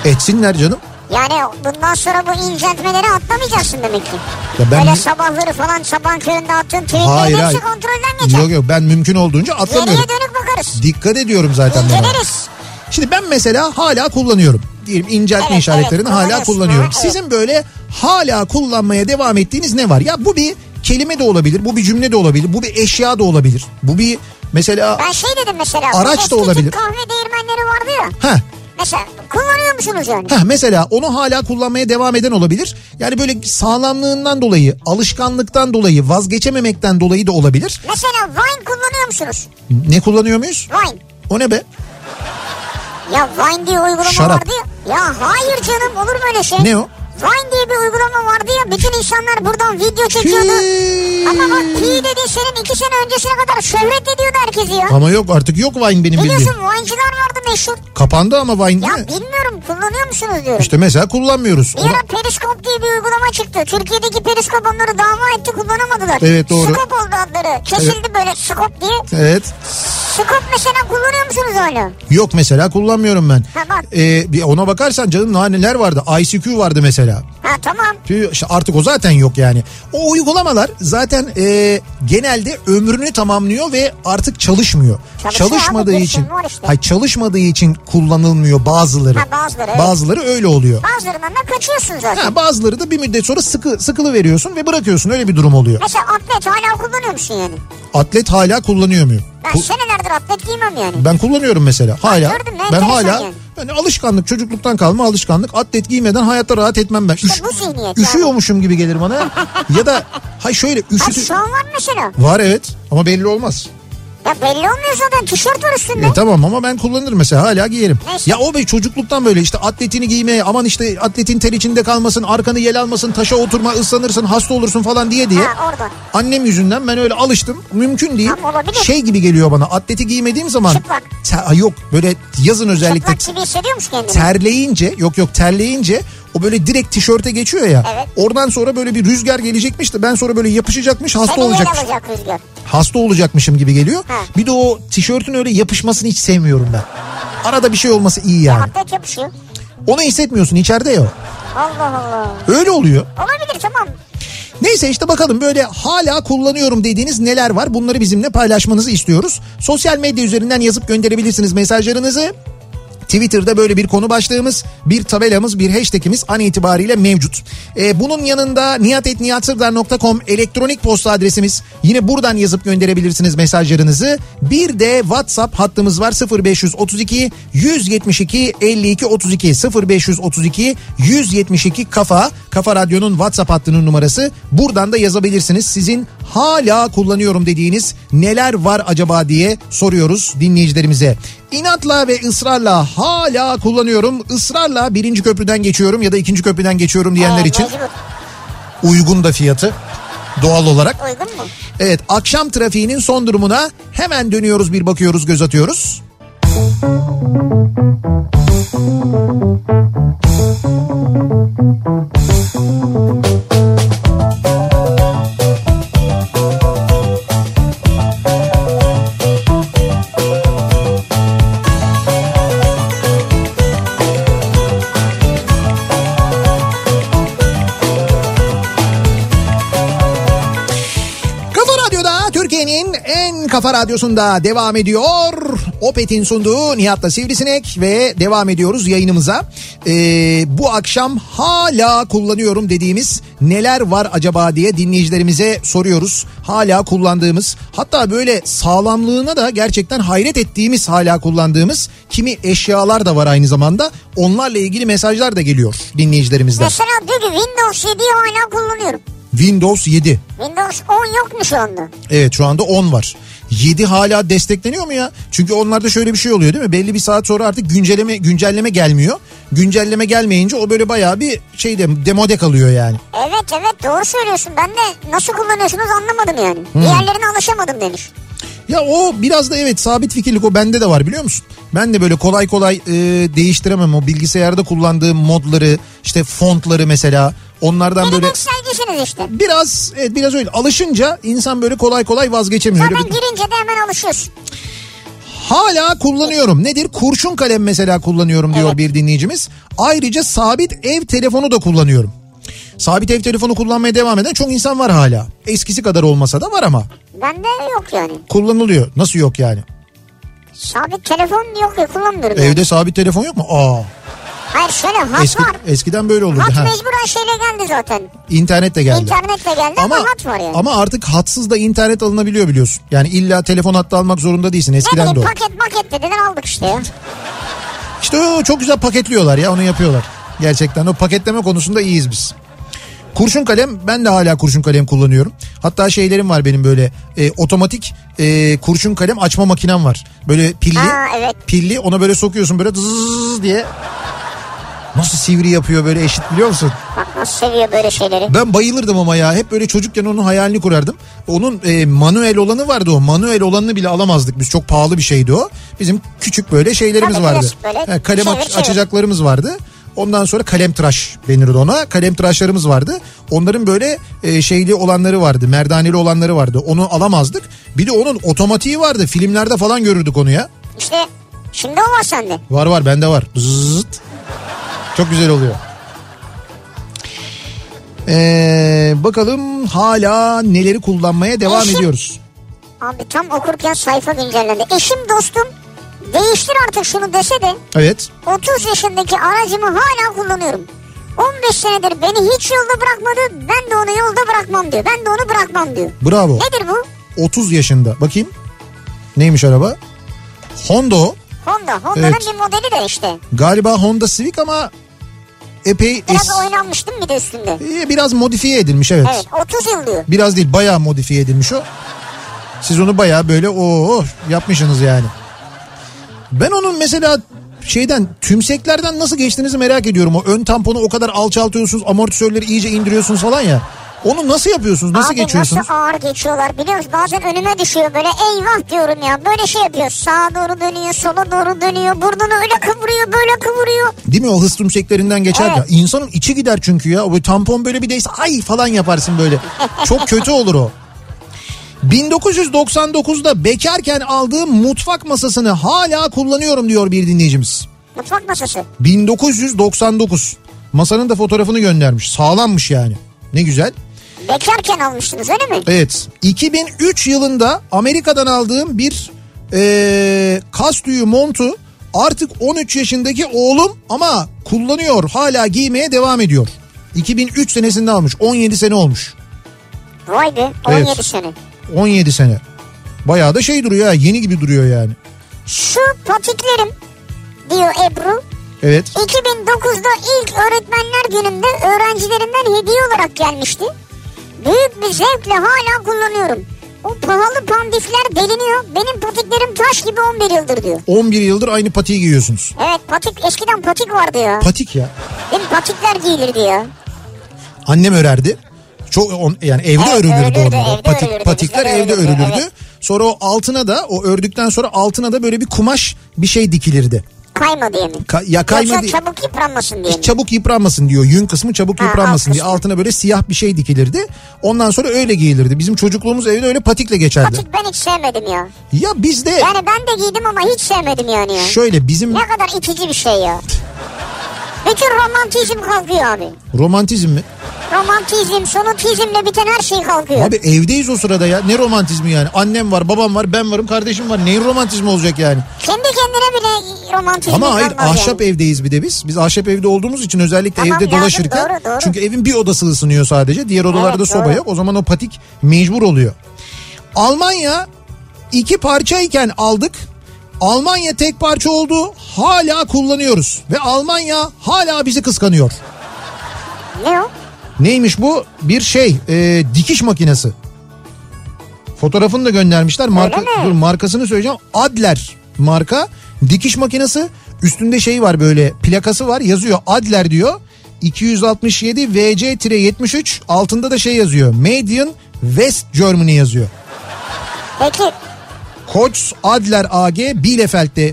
A: Etsinler canım.
B: Yani bundan sonra bu inceltmeleri atlamayacaksın demek ki.
A: Ya ben-
B: Öyle sabahları falan sabah köründe attığın tweetlerin
A: Hayır
B: hepsi
A: hayır.
B: kontrolden geçer.
A: Yok yok ben mümkün olduğunca atlamıyorum.
B: Geriye dönük bakarız.
A: Dikkat ediyorum zaten buna.
B: İnceleriz.
A: Şimdi ben mesela hala kullanıyorum. Diyelim inceltme
B: Evet,
A: işaretlerini
B: evet,
A: hala
B: kullanıyorsun.
A: kullanıyorum.
B: Ha, evet.
A: Sizin böyle hala kullanmaya devam ettiğiniz ne var? Ya bu bir kelime de olabilir, bu bir cümle de olabilir, bu bir eşya da olabilir. Bu bir mesela
B: Ben şey dedim mesela.
A: Araç da
B: eski tip
A: olabilir.
B: kahve değirmenleri vardı ya.
A: ha
B: Mesela kullanıyor musunuz yani?
A: ha mesela onu hala kullanmaya devam eden olabilir. Yani böyle sağlamlığından dolayı, alışkanlıktan dolayı, vazgeçememekten dolayı da olabilir.
B: Mesela wine kullanıyor musunuz?
A: Ne kullanıyor muyuz?
B: Wine.
A: O ne be?
B: Ya Vine diye uygulama
A: Şarap.
B: vardı ya. Ya hayır canım olur mu öyle şey?
A: Ne o?
B: Vine diye bir uygulama vardı ya. Bütün insanlar buradan video çekiyordu.
A: Hii.
B: Ama bak pi dedi senin iki sene öncesine kadar şöhret ediyordu herkesi ya.
A: Ama yok artık yok Vine benim bildiğim.
B: Biliyorsun Vine'cılar vardı meşhur.
A: Kapandı ama Vine
B: Ya
A: değil mi?
B: bilmiyorum kullanıyor musunuz diyorum.
A: İşte mesela kullanmıyoruz.
B: Bir ara Periskop diye bir uygulama çıktı. Türkiye'deki Periskop onları dava etti kullanamadılar.
A: Evet, doğru.
B: Skop oldu adları. Kesildi böyle Skop diye.
A: Evet.
B: Skop mesela kullanıyor musunuz onu?
A: Yok mesela kullanmıyorum ben.
B: Ha, bak.
A: Ee, bir ona bakarsan canım daha neler vardı. ICQ vardı mesela.
B: Ha tamam.
A: Tüy, işte artık o zaten yok yani. O uygulamalar zaten e, genelde ömrünü tamamlıyor ve artık çalışmıyor.
B: Çalışıyor
A: çalışmadığı
B: abi, bir
A: için
B: sürü var işte.
A: hayır, çalışmadığı için kullanılmıyor bazıları.
B: Ha, bazıları, evet.
A: Bazıları öyle oluyor.
B: Bazılarından da kaçıyorsun zaten.
A: Ha, bazıları da bir müddet sonra sıkı sıkılı veriyorsun ve bırakıyorsun. Öyle bir durum oluyor.
B: Mesela atlet hala kullanıyor musun yani?
A: Atlet hala kullanıyor muyum?
B: Ben
A: Ku-
B: senelerdir atlet giymem yani.
A: Ben kullanıyorum mesela. Hala.
B: şey- gördün mü?
A: ben
B: Enteresan
A: hala
B: yani.
A: yani alışkanlık çocukluktan kalma alışkanlık. Atlet giymeden hayatta rahat etmem ben.
B: İşte bu zihniyet
A: üşüyormuşum gibi gelir bana. ya da hay şöyle
B: Ha
A: üşütü.
B: şu an var mesela.
A: Var evet ama belli olmaz.
B: Ya belli olmuyor zaten tişört var üstünde.
A: E tamam ama ben kullanırım mesela hala giyerim.
B: Neyse.
A: Ya o be çocukluktan böyle işte atletini giymeye aman işte atletin ter içinde kalmasın arkanı yel almasın taşa oturma ıslanırsın hasta olursun falan diye diye.
B: Ha oradan.
A: Annem yüzünden ben öyle alıştım. Mümkün değil.
B: Ama olabilir.
A: Şey gibi geliyor bana. Atleti giymediğim zaman.
B: Çıplak.
A: Te- yok böyle yazın özellikle
B: Çıplak gibi hissediyor musun kendini?
A: terleyince yok yok terleyince o böyle direkt tişörte geçiyor ya.
B: Evet.
A: Oradan sonra böyle bir rüzgar gelecekmiş de ben sonra böyle yapışacakmış hasta
B: Seni yer
A: olacakmış.
B: alacak rüzgar.
A: Hasta olacakmışım gibi geliyor.
B: Ha.
A: Bir de o tişörtün öyle yapışmasını hiç sevmiyorum ben. Arada bir şey olması iyi yani.
B: Atlet yapışıyor.
A: Onu hissetmiyorsun içeride ya. o.
B: Allah Allah.
A: Öyle oluyor.
B: Olabilir tamam.
A: Neyse işte bakalım böyle hala kullanıyorum dediğiniz neler var? Bunları bizimle paylaşmanızı istiyoruz. Sosyal medya üzerinden yazıp gönderebilirsiniz mesajlarınızı. Twitter'da böyle bir konu başlığımız, bir tabelamız, bir hashtagimiz an itibariyle mevcut. Ee, bunun yanında niyatetniyatsırdar.com elektronik posta adresimiz. Yine buradan yazıp gönderebilirsiniz mesajlarınızı. Bir de WhatsApp hattımız var 0532 172 52 32 0532 172 kafa. Kafa Radyo'nun WhatsApp hattının numarası. Buradan da yazabilirsiniz. Sizin hala kullanıyorum dediğiniz neler var acaba diye soruyoruz dinleyicilerimize. İnatla ve ısrarla hala kullanıyorum. Israrla birinci köprüden geçiyorum ya da ikinci köprüden geçiyorum diyenler
B: Ee,
A: için
B: mecbur.
A: uygun da fiyatı doğal olarak.
B: Uygun mu?
A: Evet akşam trafiğinin son durumuna hemen dönüyoruz bir bakıyoruz göz atıyoruz. Kafa Radyo'da Türkiye'nin en kafa radyosunda devam ediyor. Opet'in sunduğu Nihat'la Sivrisinek ve devam ediyoruz yayınımıza. Ee, bu akşam hala kullanıyorum dediğimiz neler var acaba diye dinleyicilerimize soruyoruz. Hala kullandığımız hatta böyle sağlamlığına da gerçekten hayret ettiğimiz hala kullandığımız kimi eşyalar da var aynı zamanda. Onlarla ilgili mesajlar da geliyor dinleyicilerimizden.
B: Mesela diyor ki Windows 7'yi hala kullanıyorum.
A: Windows 7.
B: Windows 10 yok mu şu anda?
A: Evet şu anda 10 var. 7 hala destekleniyor mu ya? Çünkü onlarda şöyle bir şey oluyor değil mi? Belli bir saat sonra artık güncelleme güncelleme gelmiyor. Güncelleme gelmeyince o böyle bayağı bir şey de demode kalıyor yani.
B: Evet evet doğru söylüyorsun. Ben de nasıl kullanıyorsunuz anlamadım yani.
A: Hmm.
B: Diğerlerine alışamadım demiş.
A: Ya o biraz da evet sabit fikirlik o bende de var biliyor musun? Ben de böyle kolay kolay e, değiştiremem o bilgisayarda kullandığım modları, işte fontları mesela. Onlardan böyle
B: Minimax sergisiniz işte.
A: biraz evet biraz öyle alışınca insan böyle kolay kolay vazgeçemiyor. Öyle
B: Zaten
A: bir-
B: girince de hemen alışıyorsun.
A: Hala kullanıyorum. Nedir? Kurşun kalem mesela kullanıyorum diyor
B: Evet.
A: bir dinleyicimiz. Ayrıca sabit ev telefonu da kullanıyorum. Sabit ev telefonu kullanmaya devam eden çok insan var hala. Eskisi kadar olmasa da var ama
B: Bende yok yani.
A: kullanılıyor. Nasıl yok yani?
B: Sabit telefon yok ya kullanmıyorum. yani.
A: Evde sabit telefon yok mu? Aa.
B: Hayır şöyle hat
A: Eski,
B: var.
A: eskiden böyle olurdu.
B: Hat
A: Ha.
B: mecburen şeyle geldi zaten.
A: İnternet de geldi.
B: İnternetle geldi ama,
A: Ama,
B: hat var yani.
A: ama artık hatsız da internet alınabiliyor biliyorsun. Yani illa telefon hattı almak zorunda değilsin.
B: ne
A: Eskiden de
B: bileyim
A: o.
B: paket maket dediler aldık işte ya.
A: İşte o çok güzel paketliyorlar ya onu yapıyorlar. Gerçekten o paketleme konusunda iyiyiz biz. Kurşun kalem ben de hala kurşun kalem kullanıyorum. Hatta şeylerim var benim böyle e, otomatik e, kurşun kalem açma makinem var. Böyle pilli
B: Ha, evet.
A: pilli ona böyle sokuyorsun böyle zzzz diye. Nasıl sivri yapıyor böyle eşit biliyor musun?
B: Bak nasıl seviyor böyle şeyleri.
A: Ben bayılırdım ama ya hep böyle çocukken onun hayalini kurardım. Onun e, manuel olanı vardı o. Manuel olanını bile alamazdık biz. Çok pahalı bir şeydi o. Bizim küçük böyle şeylerimiz
B: Tabii,
A: vardı.
B: klasik böyle
A: He, kalem
B: çevir,
A: aç-
B: çevir.
A: açacaklarımız vardı. Ondan sonra kalem tıraş denirdi ona. Kalem tıraşlarımız vardı. Onların böyle e, şeyli olanları vardı. Merdaneli olanları vardı. Onu alamazdık. Bir de onun otomatiği vardı. Filmlerde falan görürdük onu ya.
B: İşte şimdi o var sende.
A: Var var bende var. Zıt. Çok güzel oluyor. Ee, bakalım hala neleri kullanmaya devam
B: Eşim-
A: ediyoruz.
B: Abi tam okurken sayfa güncellendi. Eşim dostum değiştir artık şunu dese de
A: Evet.
B: 30 yaşındaki aracımı hala kullanıyorum. 15 senedir beni hiç yolda bırakmadı ben de onu yolda bırakmam diyor. Ben de onu bırakmam diyor.
A: Bravo.
B: Nedir bu?
A: 30 yaşında. Bakayım. Neymiş araba? Honda. o.
B: Honda. Honda'nın
A: Evet.
B: bir modeli de işte.
A: Galiba Honda Civic ama epey
B: Biraz
A: es-
B: oynanmıştım bir de üstünde.
A: Ee, biraz modifiye edilmiş evet.
B: Evet 30 yıl diyor.
A: Biraz değil bayağı modifiye edilmiş o. Siz onu bayağı böyle o yapmışsınız yani. Ben onun mesela şeyden tümseklerden nasıl geçtiğinizi merak ediyorum. O ön tamponu o kadar alçaltıyorsunuz amortisörleri iyice indiriyorsunuz falan ya. Onu nasıl yapıyorsunuz? Nasıl
B: Abi
A: geçiyorsunuz?
B: nasıl ağır geçiyorlar biliyor musun? Bazen önüme düşüyor böyle eyvah diyorum ya. Böyle şey yapıyor. Sağa doğru dönüyor, sola doğru dönüyor. Burnunu öyle kıvırıyor, böyle kıvırıyor.
A: Değil mi o hız tümseklerinden geçer ya.
B: Evet.
A: İnsanın içi gider çünkü ya. O tampon böyle bir değse ay falan yaparsın böyle. Çok kötü olur o. 1999'da bekarken aldığım mutfak masasını hala kullanıyorum diyor bir dinleyicimiz.
B: Mutfak masası.
A: 1999. Masanın da fotoğrafını göndermiş. Sağlammış yani. Ne güzel.
B: Bekarken almıştınız öyle mi?
A: Evet. 2003 yılında Amerika'dan aldığım bir eee kas tüyü montu artık 13 yaşındaki oğlum ama kullanıyor. Hala giymeye devam ediyor. 2003 senesinde almış. 17 sene olmuş.
B: Vay be 17
A: E- Evet.
B: sene.
A: 17 sene. Bayağı da şey duruyor ha yeni gibi duruyor yani.
B: Şu patiklerim diyor Ebru.
A: Evet.
B: 2009'da ilk öğretmenler günümde öğrencilerimden hediye olarak gelmişti. Büyük bir zevkle hala kullanıyorum. O pahalı pandifler deliniyor. Benim patiklerim taş gibi 11 yıldır diyor.
A: 11 yıldır aynı patiği giyiyorsunuz.
B: Evet patik eskiden patik vardı ya.
A: Patik ya.
B: Değil mi? Patikler giyilirdi ya.
A: annem örerdi. Çok on- yani evde
B: Evet,
A: örülürdü
B: örülürdü,
A: onlar.
B: evde
A: Patik,
B: örülürdü.
A: patikler
B: Bizde de
A: evde
B: örülürdü,
A: örülürdü.
B: evet.
A: Sonra o altına da o ördükten sonra altına da böyle bir kumaş bir şey dikilirdi.
B: Kayma diye mi?
A: Ka- ya kayma
B: Yoksa
A: değil.
B: çabuk yıpranmasın diye mi?
A: Çabuk yıpranmasın diyor. Yün kısmı çabuk
B: Ha,
A: yıpranmasın
B: alt
A: diye
B: kısmı.
A: altına böyle siyah bir şey dikilirdi. Ondan sonra öyle giyilirdi. Bizim çocukluğumuz evde öyle patikle geçerdi.
B: Patik ben hiç sevmedim ya.
A: Ya bizde
B: Yani ben de giydim ama hiç sevmedim yani ya.
A: şöyle bizim
B: Ne kadar itici bir şey ya. Bütün romantizm kalkıyor abi.
A: romantizm mi?
B: Romantizm, sonotizmle biten her şey kalkıyor.
A: Abi evdeyiz o sırada ya. Ne romantizmi yani? Annem var, babam var, ben varım, kardeşim var. Neyin romantizmi olacak yani?
B: Kendi kendine bile romantizm
A: Ama hayır
B: kalmaz
A: ahşap
B: yani.
A: evdeyiz bir de biz. Biz ahşap evde olduğumuz için özellikle
B: Tamam,
A: evde
B: lazım,
A: dolaşırken.
B: doğru, doğru.
A: Çünkü evin bir odası ısınıyor sadece. Diğer odalarda
B: Evet,
A: soba
B: doğru.
A: yok. O zaman o patik mecbur oluyor. Almanya iki parça iken aldık. Almanya tek parça oldu. Hala kullanıyoruz. Ve Almanya hala bizi kıskanıyor.
B: Ne o?
A: Neymiş bu? Bir şey e, dikiş makinesi. Fotoğrafını da göndermişler. Marka,
B: Öyle mi?
A: dur markasını söyleyeceğim. Adler marka dikiş makinesi. Üstünde şey var böyle plakası var yazıyor Adler diyor. 267 VC-73 altında da şey yazıyor. Made in West Germany yazıyor.
B: Peki,
A: Koç Adler AG Bielefeld'de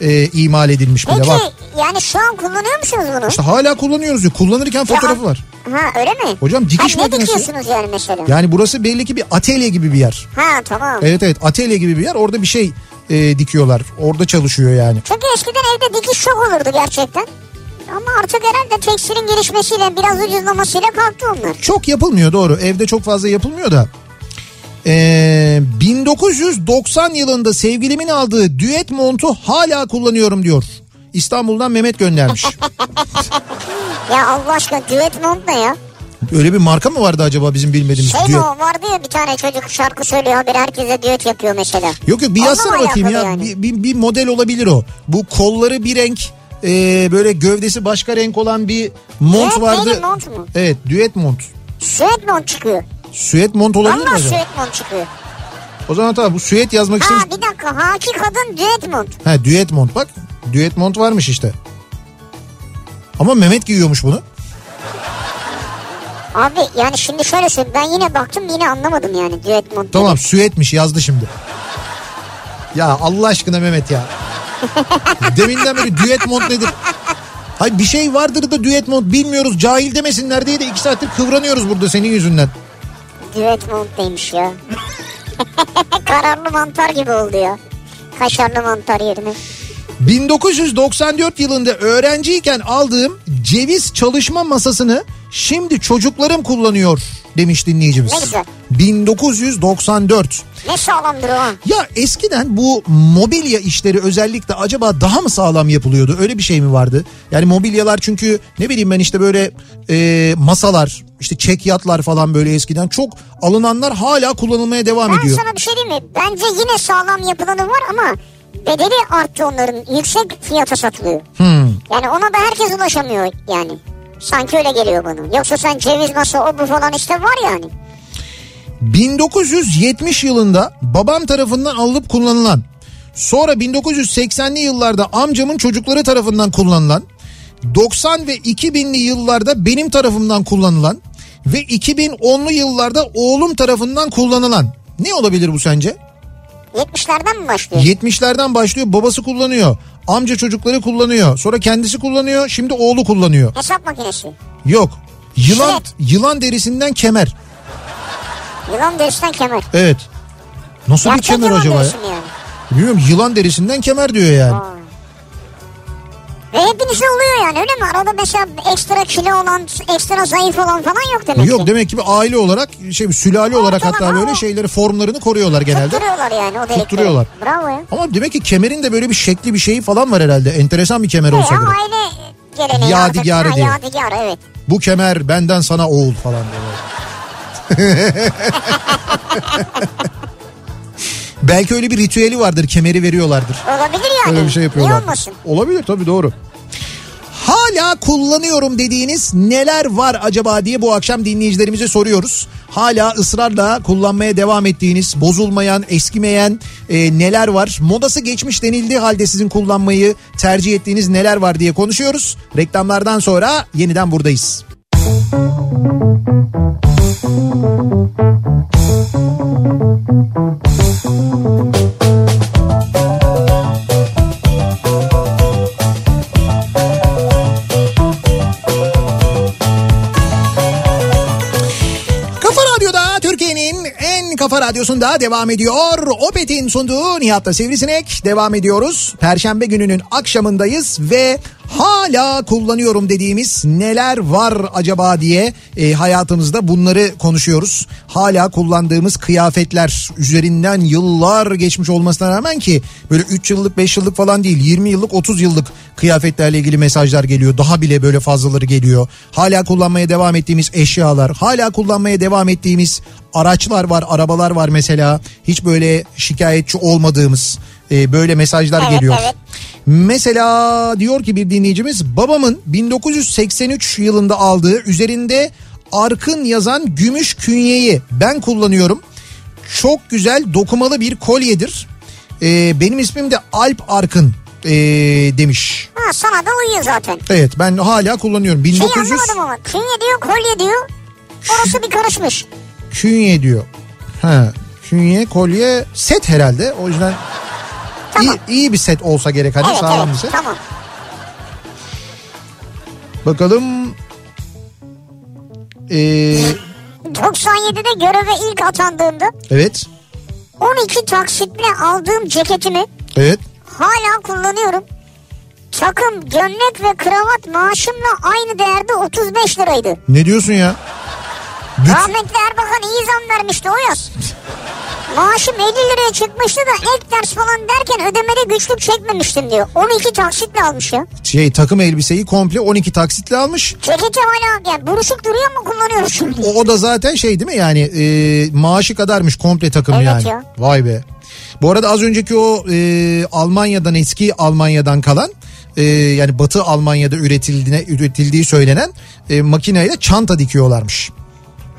A: e, imal edilmiş bile
B: peki
A: var.
B: yani şu an kullanıyor musunuz bunu?
A: İşte hala kullanıyoruz diyor. Kullanırken
B: Ya,
A: fotoğrafı var.
B: Ha öyle mi?
A: Hocam dikiş
B: ha, ne
A: makinesi-
B: dikiyorsunuz yani mesela?
A: Yani burası belli ki bir atölye gibi bir yer.
B: Ha tamam.
A: E- Evet evet atölye gibi bir yer orada bir şey e, dikiyorlar. Orada çalışıyor yani.
B: Çünkü eskiden evde dikiş çok olurdu gerçekten. Ama artık herhalde tekstilin gelişmesiyle biraz ucuzlamasıyla kalktı onlar.
A: Çok yapılmıyor doğru. Evde çok fazla yapılmıyor da. Ee, 1990 yılında sevgilimin aldığı düet montu hala kullanıyorum diyor. İstanbul'dan Mehmet göndermiş.
B: Ya Allah aşkına düet mont ne ya?
A: Öyle bir marka mı vardı acaba bizim bilmediğimiz
B: Şey mi
A: düet?
B: o vardı ya bir tane çocuk şarkı söylüyor haberi herkese düet yapıyor mesela.
A: Yok yok bir yazsana
B: Onunla
A: bakayım ya.
B: alakalı yani.
A: Bir, bir, bir model olabilir o. Bu kolları bir renk, e, böyle gövdesi başka renk olan bir mont
B: Düet
A: vardı.
B: neydi, mont mu?
A: Evet, düet mont.
B: Süet mont çıkıyor.
A: Süet mont olabilir mi
B: Valla
A: acaba?
B: süet mont çıkıyor.
A: O zaman tamam bu süet yazmak istemiş.
B: Ha bir dakika haki kadın düet mont.
A: Ha düet mont bak. Düet mont varmış işte. Ama Mehmet giyiyormuş bunu.
B: Abi yani şimdi şöyle söyleyeyim ben yine baktım yine anlamadım yani düet mont.
A: Tamam süetmiş yazdı şimdi. Ya Allah aşkına Mehmet ya. Deminden beri düet mont nedir? Hayır bir şey vardır da düet mont bilmiyoruz. Cahil demesinler diye de iki saattir kıvranıyoruz burada senin yüzünden.
B: Düet mont neymiş ya. Kararlı mantar gibi oldu ya. Kaşarlı mantar yerine.
A: 1994 yılında öğrenciyken aldığım ceviz çalışma masasını şimdi çocuklarım kullanıyor demiş dinleyicimiz.
B: Ne güzel.
A: 1994.
B: Ne sağlamdır o ha.
A: Ya eskiden bu mobilya işleri özellikle acaba daha mı sağlam yapılıyordu? Öyle bir şey mi vardı? Yani mobilyalar çünkü ne bileyim ben işte böyle e, masalar, işte çekyatlar falan böyle eskiden çok alınanlar hala kullanılmaya devam
B: Ben
A: ediyor.
B: sana bir şey diyeyim mi? Bence yine sağlam yapılanı var ama bedeli arttı onların. Yüksek fiyata satılıyor.
A: Hmm.
B: Yani ona da herkes ulaşamıyor yani. Sanki öyle geliyor bana. Yoksa sen ceviz masa o bu falan işte var yani.
A: 1970 yılında babam tarafından alınıp kullanılan, sonra 1980'li yıllarda amcamın çocukları tarafından kullanılan, 90 ve 2000'li yıllarda benim tarafımdan kullanılan ve 2010'lu yıllarda oğlum tarafından kullanılan. Ne olabilir bu sence?
B: 70'lerden mi başlıyor?
A: 70'lerden başlıyor babası kullanıyor. Amca çocukları kullanıyor. Sonra kendisi kullanıyor. Şimdi oğlu kullanıyor.
B: Hesap makinesi.
A: Yok. Yılan
B: Jilet.
A: yılan derisinden kemer.
B: Yılan derisinden kemer.
A: Evet. Nasıl bir
B: Gerçek
A: kemer
B: yılan
A: acaba ya?
B: derisi mi yani?
A: Bilmiyorum yılan derisinden kemer diyor yani.
B: Aa. Ve hepinize oluyor yani öyle mi? Arada mesela ekstra kilo olan, ekstra zayıf olan falan yok demek
A: Yok
B: ki.
A: demek ki bir aile olarak şey bir sülale olarak hatta
B: Ortalama
A: böyle
B: o.
A: şeyleri formlarını koruyorlar genelde.
B: Tutturuyorlar yani o delikleri.
A: Tutturuyorlar.
B: Bravo ya.
A: Ama demek ki kemerin de böyle bir şekli bir şeyi falan var herhalde. Enteresan bir kemer olsa
B: Ya
A: gerek.
B: aile geleneği
A: Yadigarı
B: artık.
A: diyor.
B: Ha, yadigarı evet.
A: Bu kemer benden sana oğul falan diyorlar. Belki öyle bir ritüeli vardır. Kemeri veriyorlardır.
B: Olabilir yani.
A: Öyle bir şey yapıyorlar.
B: Niye olmasın?
A: Olabilir tabii doğru. Hala kullanıyorum dediğiniz neler var acaba diye bu akşam dinleyicilerimize soruyoruz. Hala ısrarla kullanmaya devam ettiğiniz, bozulmayan, eskimeyen e, neler var? Modası geçmiş denildiği halde sizin kullanmayı tercih ettiğiniz neler var diye konuşuyoruz. Reklamlardan sonra yeniden buradayız. Kafa Radyo'da Türkiye'nin en kafa radyosunda devam ediyor. Opet'in sunduğu Nihat'ta Sivrisinek devam ediyoruz. Perşembe gününün akşamındayız ve hala kullanıyorum dediğimiz neler var acaba diye e, hayatımızda bunları konuşuyoruz. Hala kullandığımız kıyafetler üzerinden yıllar geçmiş olmasına rağmen ki böyle 3 yıllık 5 yıllık falan değil 20 yıllık 30 yıllık kıyafetlerle ilgili mesajlar geliyor. Daha bile böyle fazlaları geliyor. Hala kullanmaya devam ettiğimiz eşyalar, hala kullanmaya devam ettiğimiz araçlar var, arabalar var mesela. Hiç böyle şikayetçi olmadığımız e, böyle mesajlar
B: Evet,
A: geliyor.
B: evet.
A: Mesela diyor ki bir dinleyicimiz babamın 1983 yılında aldığı üzerinde Arkın yazan gümüş künyeyi ben kullanıyorum. Çok güzel dokumalı bir kolyedir. Ee, benim ismim de Alp Arkın ee, demiş.
B: Ha sana da uyuyor zaten.
A: Evet ben hala kullanıyorum.
B: Şey
A: 1900
B: anlamadım ama. Künye diyor, kolye diyor. Orası bir karışmış.
A: künye diyor. Ha, künye kolye set herhalde. O yüzden
B: Tamam.
A: iyi, iyi bir set olsa gerek hani
B: evet
A: sağlam bir
B: evet.
A: set.
B: Tamam.
A: Bakalım. Ee,
B: 97'de göreve ilk atandığımda
A: evet.
B: 12 taksitle aldığım ceketimi
A: Evet.
B: Hala kullanıyorum. Takım, gömlek ve kravat maaşımla aynı değerde 35 liraydı.
A: Ne diyorsun ya? Bütün-
B: Rahmetli Erbakan iyi zam vermişti o yaz. Maaşım 50 liraya çıkmıştı da ek ders falan derken ödemede güçlük çekmemiştim diyor. 12 taksitle almış ya.
A: şey takım elbiseyi komple 12 taksitle almış.
B: Ceketi hala yani buruşuk duruyor mu kullanıyoruz şimdi.
A: O, o da zaten şey değil mi yani e, maaşı kadarmış komple takım
B: Evet
A: yani.
B: ya.
A: Vay be. Bu arada az önceki o e, Almanya'dan eski Almanya'dan kalan e, yani Batı Almanya'da üretildiğine üretildiği söylenen e, makineyle çanta dikiyorlarmış.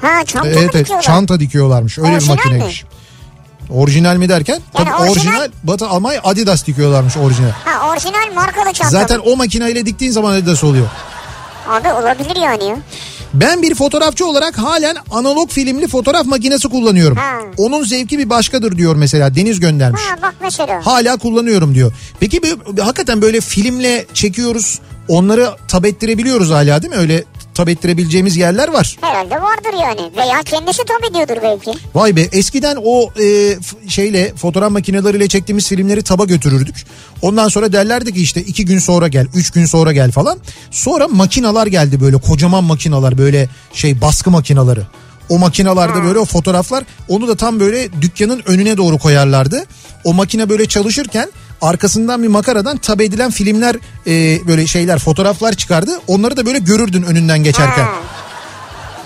B: Ha çanta mı
A: evet, evet
B: dikiyorlar?
A: çanta dikiyorlarmış. Öyle
B: Orijinal
A: bir
B: mi?
A: makineymiş. Orijinal mi derken?
B: Yani
A: Tabii orijinal,
B: orijinal-
A: Batı Almanya Adidas dikiyorlarmış orijinal.
B: Ha orijinal markalı çanta.
A: Zaten
B: mı?
A: o makineyle diktiğin zaman Adidas oluyor.
B: Abi olabilir yani ya.
A: Ben bir fotoğrafçı olarak halen analog filmli fotoğraf makinesi kullanıyorum.
B: Ha.
A: Onun zevki bir başkadır diyor mesela Deniz göndermiş.
B: Ha bak mesela.
A: Hala kullanıyorum diyor. Peki bu- hakikaten böyle filmle çekiyoruz. Onları tab ettirebiliyoruz hala değil mi? Öyle tab ettirebileceğimiz yerler var.
B: Herhalde vardır yani. Veya kendisi tabii diyordur belki.
A: Vay be eskiden o e, f- şeyle fotoğraf makineleriyle çektiğimiz filmleri taba götürürdük. Ondan sonra derlerdi ki işte iki gün sonra gel, üç gün sonra gel falan. Sonra makinalar geldi böyle kocaman makinalar böyle şey baskı makinaları. O makinalarda böyle o fotoğraflar onu da tam böyle dükkanın önüne doğru koyarlardı. O makine böyle çalışırken arkasından bir makaradan tab edilen filmler e, böyle şeyler fotoğraflar çıkardı. Onları da böyle görürdün önünden geçerken.
B: Ha.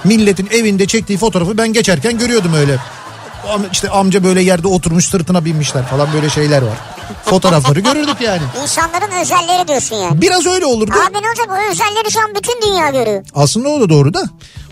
A: Milletin evinde çektiği fotoğrafı ben geçerken görüyordum öyle. Am- işte amca böyle yerde oturmuş sırtına binmişler falan böyle şeyler var. Fotoğrafları görürdük yani.
B: İnsanların özelleri diyorsun yani.
A: Biraz öyle olurdu.
B: Abi ne olacak o özelleri şu an bütün dünya görüyor.
A: Aslında o da doğru da.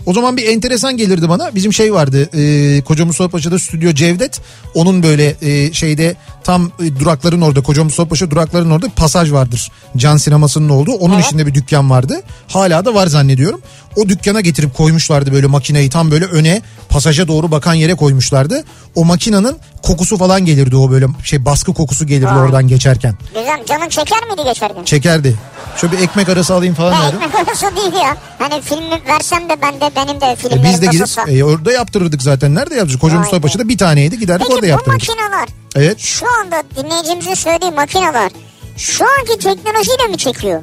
A: O zaman bir enteresan gelirdi bana. Bizim şey vardı. E, Koca Mustafa Paşa'da stüdyo Cevdet. Onun böyle e, şeyde tam e, durakların orada. Koca Mustafa Paşa durakların orada bir pasaj vardır. Can sinemasının olduğu. Onun içinde bir dükkan vardı. Hala da var zannediyorum. O dükkana getirip koymuşlardı böyle makineyi. Tam böyle öne pasaja doğru bakan yere koymuşlardı. O makinenin kokusu falan gelirdi o böyle şey baskı kokusu gelirdi oradan geçerken.
B: Güzel canın çeker miydi geçerken?
A: Çekerdi. Şöyle bir ekmek arası alayım falan
B: Ya
A: derdim.
B: ekmek arası değil ya. Hani filmi versem de ben de benim de
A: E
B: filmlerim
A: biz de gidip
B: nasılsa.
A: e, orada yaptırırdık zaten. Nerede yaptırdık? Koca
B: Vay
A: Mustafa
B: be.
A: Paşa'da bir taneydi. Giderdik
B: Peki
A: orada
B: bu
A: yaptırırdık.
B: makineler
A: Evet.
B: şu anda dinleyicimizin söylediği makineler şu anki teknolojiyle mi çekiyor?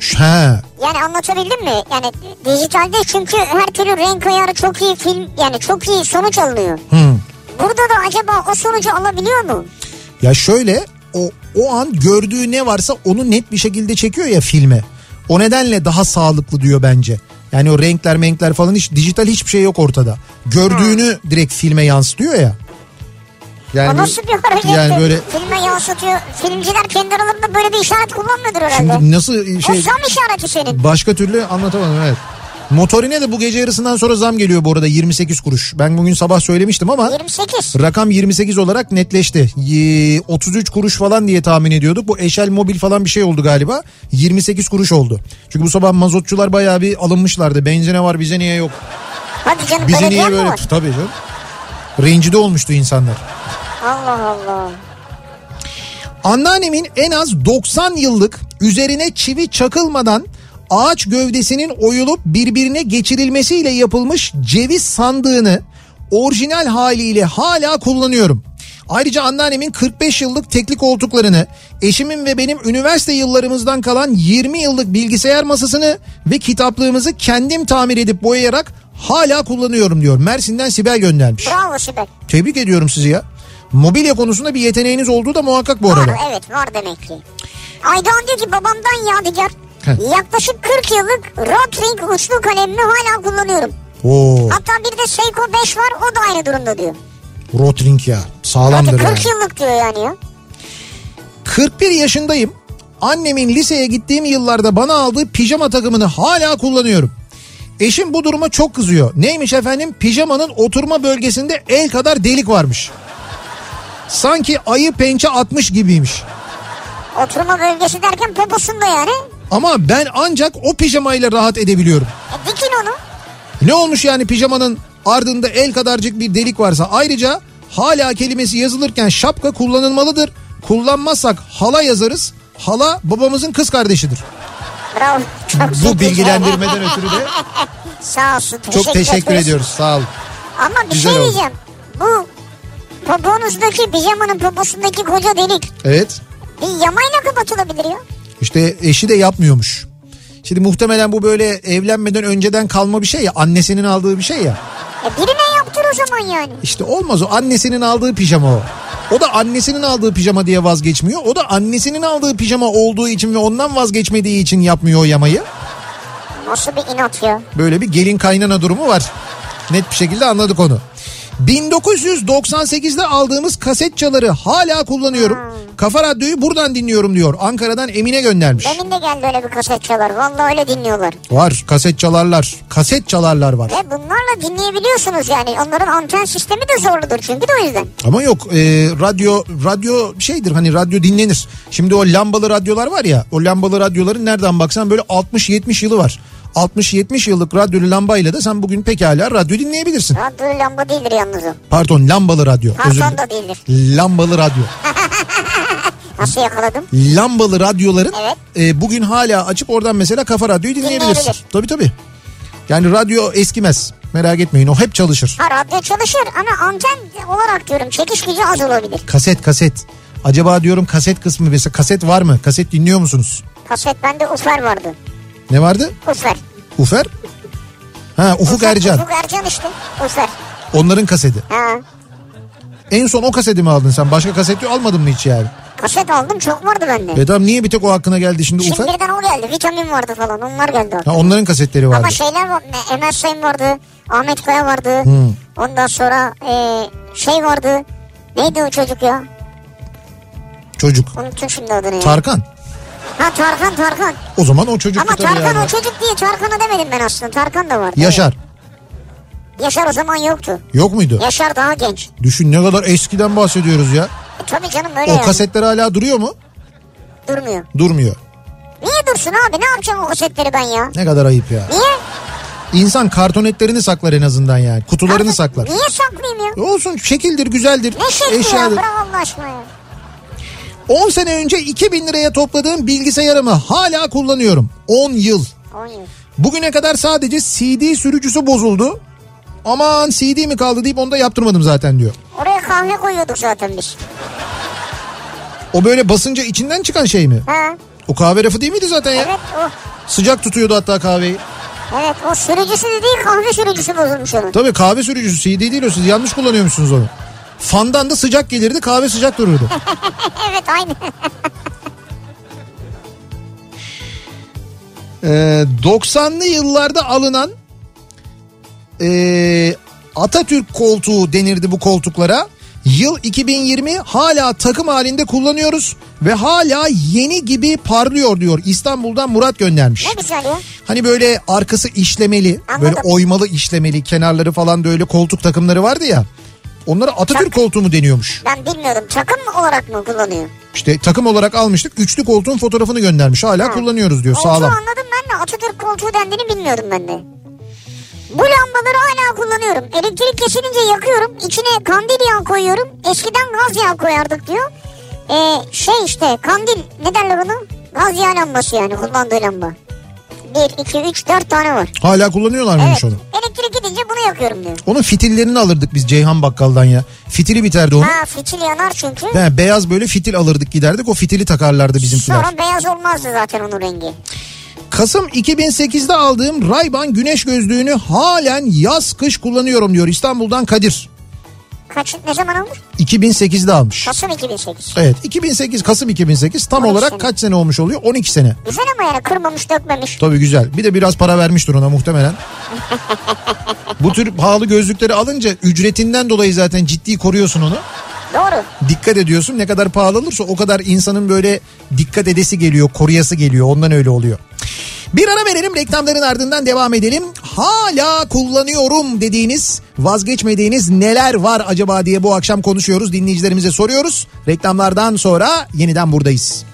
A: Ş- Ha.
B: Yani anlatabildim mi? Yani dijitalde çünkü her türlü renk ayarı çok iyi film yani çok iyi sonuç alınıyor.
A: Hı.
B: Burada da acaba o sonucu alabiliyor mu?
A: Ya şöyle o o an gördüğü ne varsa onu net bir şekilde çekiyor ya filme. O nedenle daha sağlıklı diyor bence. Yani o renkler menkler falan hiç dijital hiçbir şey yok ortada. Gördüğünü direkt filme yansıtıyor ya.
B: o
A: Yani,
B: Hmm. nasıl bir hareket?
A: yani böyle
B: Filme yansıtıyor. Filmciler kendi aralarında böyle bir işaret kullanmıyordur herhalde.
A: şimdi nasıl
B: O
A: şey
B: zam işareti senin.
A: Başka türlü anlatamadım evet. Motorine de bu gece yarısından sonra zam geliyor bu arada 28 kuruş. Ben bugün sabah söylemiştim ama
B: 28.
A: rakam 28 olarak netleşti. Ee, 33 kuruş falan diye tahmin ediyorduk. Bu eşel mobil falan bir şey oldu galiba. 28 kuruş oldu. Çünkü bu sabah mazotçular bayağı bir alınmışlardı. Benzine var bize niye yok.
B: Hadi canım
A: Bize
B: belediye
A: niye
B: mi
A: böyle
B: var?
A: tabii canım. Rencide olmuştu insanlar.
B: Allah Allah.
A: Anneannemin en az 90 yıllık üzerine çivi çakılmadan ağaç gövdesinin oyulup birbirine geçirilmesiyle yapılmış ceviz sandığını orijinal haliyle hala kullanıyorum. Ayrıca anneannemin 45 yıllık tekli koltuklarını, eşimin ve benim üniversite yıllarımızdan kalan 20 yıllık bilgisayar masasını ve kitaplığımızı kendim tamir edip boyayarak hala kullanıyorum diyor. Mersin'den Sibel göndermiş.
B: Bravo Sibel.
A: Tebrik ediyorum sizi ya. Mobilya konusunda bir yeteneğiniz olduğu da muhakkak bu
B: Var
A: arada.
B: evet var demek ki. Aydoğan diyor ki babamdan yadigar.
A: Heh.
B: Yaklaşık 40 yıllık Rotring uçlu kalemimi hala kullanıyorum.
A: Oo,
B: Hatta bir de Seiko 5 var o da aynı durumda diyor.
A: Rotring ya.
B: Hadi
A: Sağlamdır
B: 40
A: yani.
B: yıllık diyor yani ya.
A: 41 yaşındayım. Annemin liseye gittiğim yıllarda bana aldığı pijama takımını hala kullanıyorum. Eşim bu duruma çok kızıyor. Neymiş efendim? Pijamanın oturma bölgesinde el kadar delik varmış. Sanki ayı pençe atmış gibiymiş.
B: Oturma bölgesi derken poposunda yani.
A: Ama ben ancak o pijamayla rahat edebiliyorum.
B: E, dikin onu.
A: Ne olmuş yani pijamanın ardında el kadarcık bir delik varsa ayrıca hala kelimesi yazılırken şapka kullanılmalıdır. Kullanmazsak hala yazarız. Hala babamızın kız kardeşidir.
B: Bravo. Çok
A: Bu
B: zeki.
A: bilgilendirmeden ötürü de
B: Sağ olsun.
A: çok teşekkür
B: ederiz.
A: ediyoruz. Sağ olun.
B: Ama bir
A: Güzel
B: şey
A: oldu.
B: diyeceğim. Bu Poponuzdaki pijamanın poposundaki koca delik
A: Evet.
B: bir yamayla kapatılabilir ya.
A: İşte eşi de yapmıyormuş. Şimdi muhtemelen bu böyle evlenmeden önceden kalma bir şey ya annesinin aldığı bir şey ya.
B: E birine yaptır o zaman yani.
A: İşte olmaz o annesinin aldığı pijama o. O da annesinin aldığı pijama diye vazgeçmiyor. O da annesinin aldığı pijama olduğu için ve ondan vazgeçmediği için yapmıyor o yamayı.
B: Nasıl bir inat ya.
A: Böyle bir gelin kaynana durumu var. Net bir şekilde anladık onu. 1998'de aldığımız kasetçaları hala kullanıyorum. Kafa Radyo'yu buradan dinliyorum diyor. Ankara'dan Emine göndermiş.
B: Demin de geldi öyle bir kasetçalar. Vallahi öyle dinliyorlar.
A: Var kasetçalarlar. Kasetçalarlar var.
B: Ve bunlarla dinleyebiliyorsunuz yani. Onların anten sistemi de zorludur çünkü de o yüzden.
A: Ama yok e, radyo radyo şeydir hani radyo dinlenir. Şimdi o lambalı radyolar var ya o lambalı radyoların nereden baksan böyle 60-70 yılı var. 60-70 yıllık radyolu lambayla da sen bugün pekala radyo dinleyebilirsin.
B: Radyo lamba değildir yalnız o.
A: Pardon lambalı radyo. Özür
B: Karton
A: dilerim.
B: da değildir.
A: Lambalı radyo.
B: Nasıl yakaladım?
A: Lambalı radyoların
B: Evet.
A: e, bugün hala açıp oradan mesela kafa radyoyu dinleyebilirsin.
B: Dinleyebilir.
A: Tabii tabii. Yani radyo eskimez. Merak etmeyin o hep çalışır.
B: Ha radyo çalışır ama anten olarak diyorum çekiş gücü az olabilir.
A: Kaset kaset. Acaba diyorum kaset kısmı mesela kaset var mı? Kaset dinliyor musunuz?
B: Kaset bende ufer vardı.
A: Ne vardı?
B: Ufer.
A: Ufer? Ha Ufuk Ercan.
B: Ufuk Ercan işte. Ufer.
A: Onların kaseti.
B: Ha.
A: En son o kaseti mi aldın sen? Başka kaseti almadın mı hiç yani?
B: Kaset aldım çok vardı bende.
A: E tamam niye bir tek o hakkına geldi şimdi
B: Şimdi
A: Ufer?
B: birden o geldi. Vitamin vardı falan. Onlar geldi.
A: Ha, onların kasetleri vardı.
B: Ama şeyler var. ne, Emel Sayın vardı. Ahmet Kaya vardı. Ondan sonra e, şey vardı. Neydi o çocuk ya?
A: Çocuk.
B: Unuttum şimdi adını. ya.
A: Tarkan.
B: ha Tarkan Tarkan.
A: O zaman o çocuk
B: Ama
A: tabii
B: Tarkan
A: yani.
B: o çocuk diye Tarkan'ı demedim ben aslında. Tarkan da vardı.
A: Yaşar.
B: Evet. Yaşar o zaman yoktu.
A: Yok muydu?
B: Yaşar daha genç.
A: Düşün ne kadar eskiden bahsediyoruz ya.
B: E, tabii canım öyle
A: O
B: yani.
A: kasetler hala duruyor mu?
B: Durmuyor.
A: Durmuyor.
B: Niye dursun abi? Ne yapacağım o kasetleri ben ya?
A: Ne kadar ayıp ya.
B: Niye?
A: İnsan kartonetlerini saklar en azından yani. Kutularını
B: Abi,
A: saklar.
B: Niye saklayayım ya?
A: E Olsun şekildir, güzeldir.
B: Ne şekli
A: eşyadır.
B: ya? Bırak Allah aşkına ya.
A: 10 sene önce 2000 liraya topladığım bilgisayarımı hala kullanıyorum. 10 yıl.
B: 10 yıl.
A: Bugüne kadar sadece CD sürücüsü bozuldu. Aman CD mi kaldı deyip onu da yaptırmadım zaten diyor.
B: Oraya kahve koyuyorduk zaten biz.
A: O böyle basınca içinden çıkan şey mi?
B: Ha.
A: O kahve rafı değil miydi zaten ya?
B: Evet o.
A: Sıcak tutuyordu hatta kahveyi.
B: Evet o sürücüsü de değil kahve sürücüsü bozulmuş onun.
A: Tabii kahve sürücüsü CD değil o siz yanlış kullanıyormuşsunuz onu. Fandan da sıcak gelirdi kahve sıcak dururdu.
B: evet aynı.
A: Ee, 90'lı yıllarda alınan ee, Atatürk koltuğu denirdi bu koltuklara. Yıl 2020 hala takım halinde kullanıyoruz ve hala yeni gibi parlıyor diyor. İstanbul'dan Murat göndermiş.
B: ne güzel ya.
A: Hani böyle arkası işlemeli,
B: Anladım.
A: böyle oymalı işlemeli, kenarları falan da öyle koltuk takımları vardı ya. Onlara Atatürk koltuğu mu deniyormuş?
B: Ben bilmiyorum takım mı olarak mı kullanıyor?
A: İşte takım olarak almıştık. Üçlü koltuğun fotoğrafını göndermiş. Hala kullanıyoruz diyor.
B: Koltuğu
A: Sağlam.
B: anladım ben de Atatürk koltuğu dendiğini bilmiyordum ben de. Bu lambaları hala kullanıyorum. Elektrik kesilince yakıyorum. İçine kandil yağı koyuyorum. Eskiden gaz yağı koyardık diyor. Ee, şey işte kandil ne derler onu? Gaz yağı lambası yani kullandığı lamba. 1, 2, 3, 4 tane var.
A: Hala kullanıyorlar
B: Evet.
A: mıymış onu?
B: Elektrik gidince bunu yakıyorum diyor.
A: Onun fitillerini alırdık biz Ceyhan Bakkal'dan ya. Fitili biterdi onun.
B: Ha fitil yanar çünkü.
A: Yani beyaz böyle fitil alırdık giderdik. O fitili takarlardı bizimkiler.
B: Sonra beyaz olmazdı zaten onun rengi.
A: Kasım 2008'de aldığım Ray-Ban güneş gözlüğünü halen yaz kış kullanıyorum diyor. İstanbul'dan Kadir.
B: Kaç ne zaman almış?
A: 2008'de almış.
B: Kasım 2008.
A: Evet 2008 Kasım 2008 tam
B: 12
A: olarak
B: sene.
A: kaç sene olmuş oluyor? 12 sene.
B: Güzel ama yani kırmamış dökmemiş.
A: Tabii güzel. Bir de biraz para vermiştir ona muhtemelen. Bu tür pahalı gözlükleri alınca ücretinden dolayı zaten ciddi koruyorsun onu.
B: Doğru.
A: Dikkat ediyorsun. Ne kadar pahalı olursa o kadar insanın böyle dikkat edesi geliyor, koruyası geliyor. Ondan öyle oluyor. Bir ara verelim reklamların ardından devam edelim. Hala kullanıyorum dediğiniz, vazgeçmediğiniz neler var acaba diye bu akşam konuşuyoruz. Dinleyicilerimize soruyoruz. Reklamlardan sonra yeniden buradayız.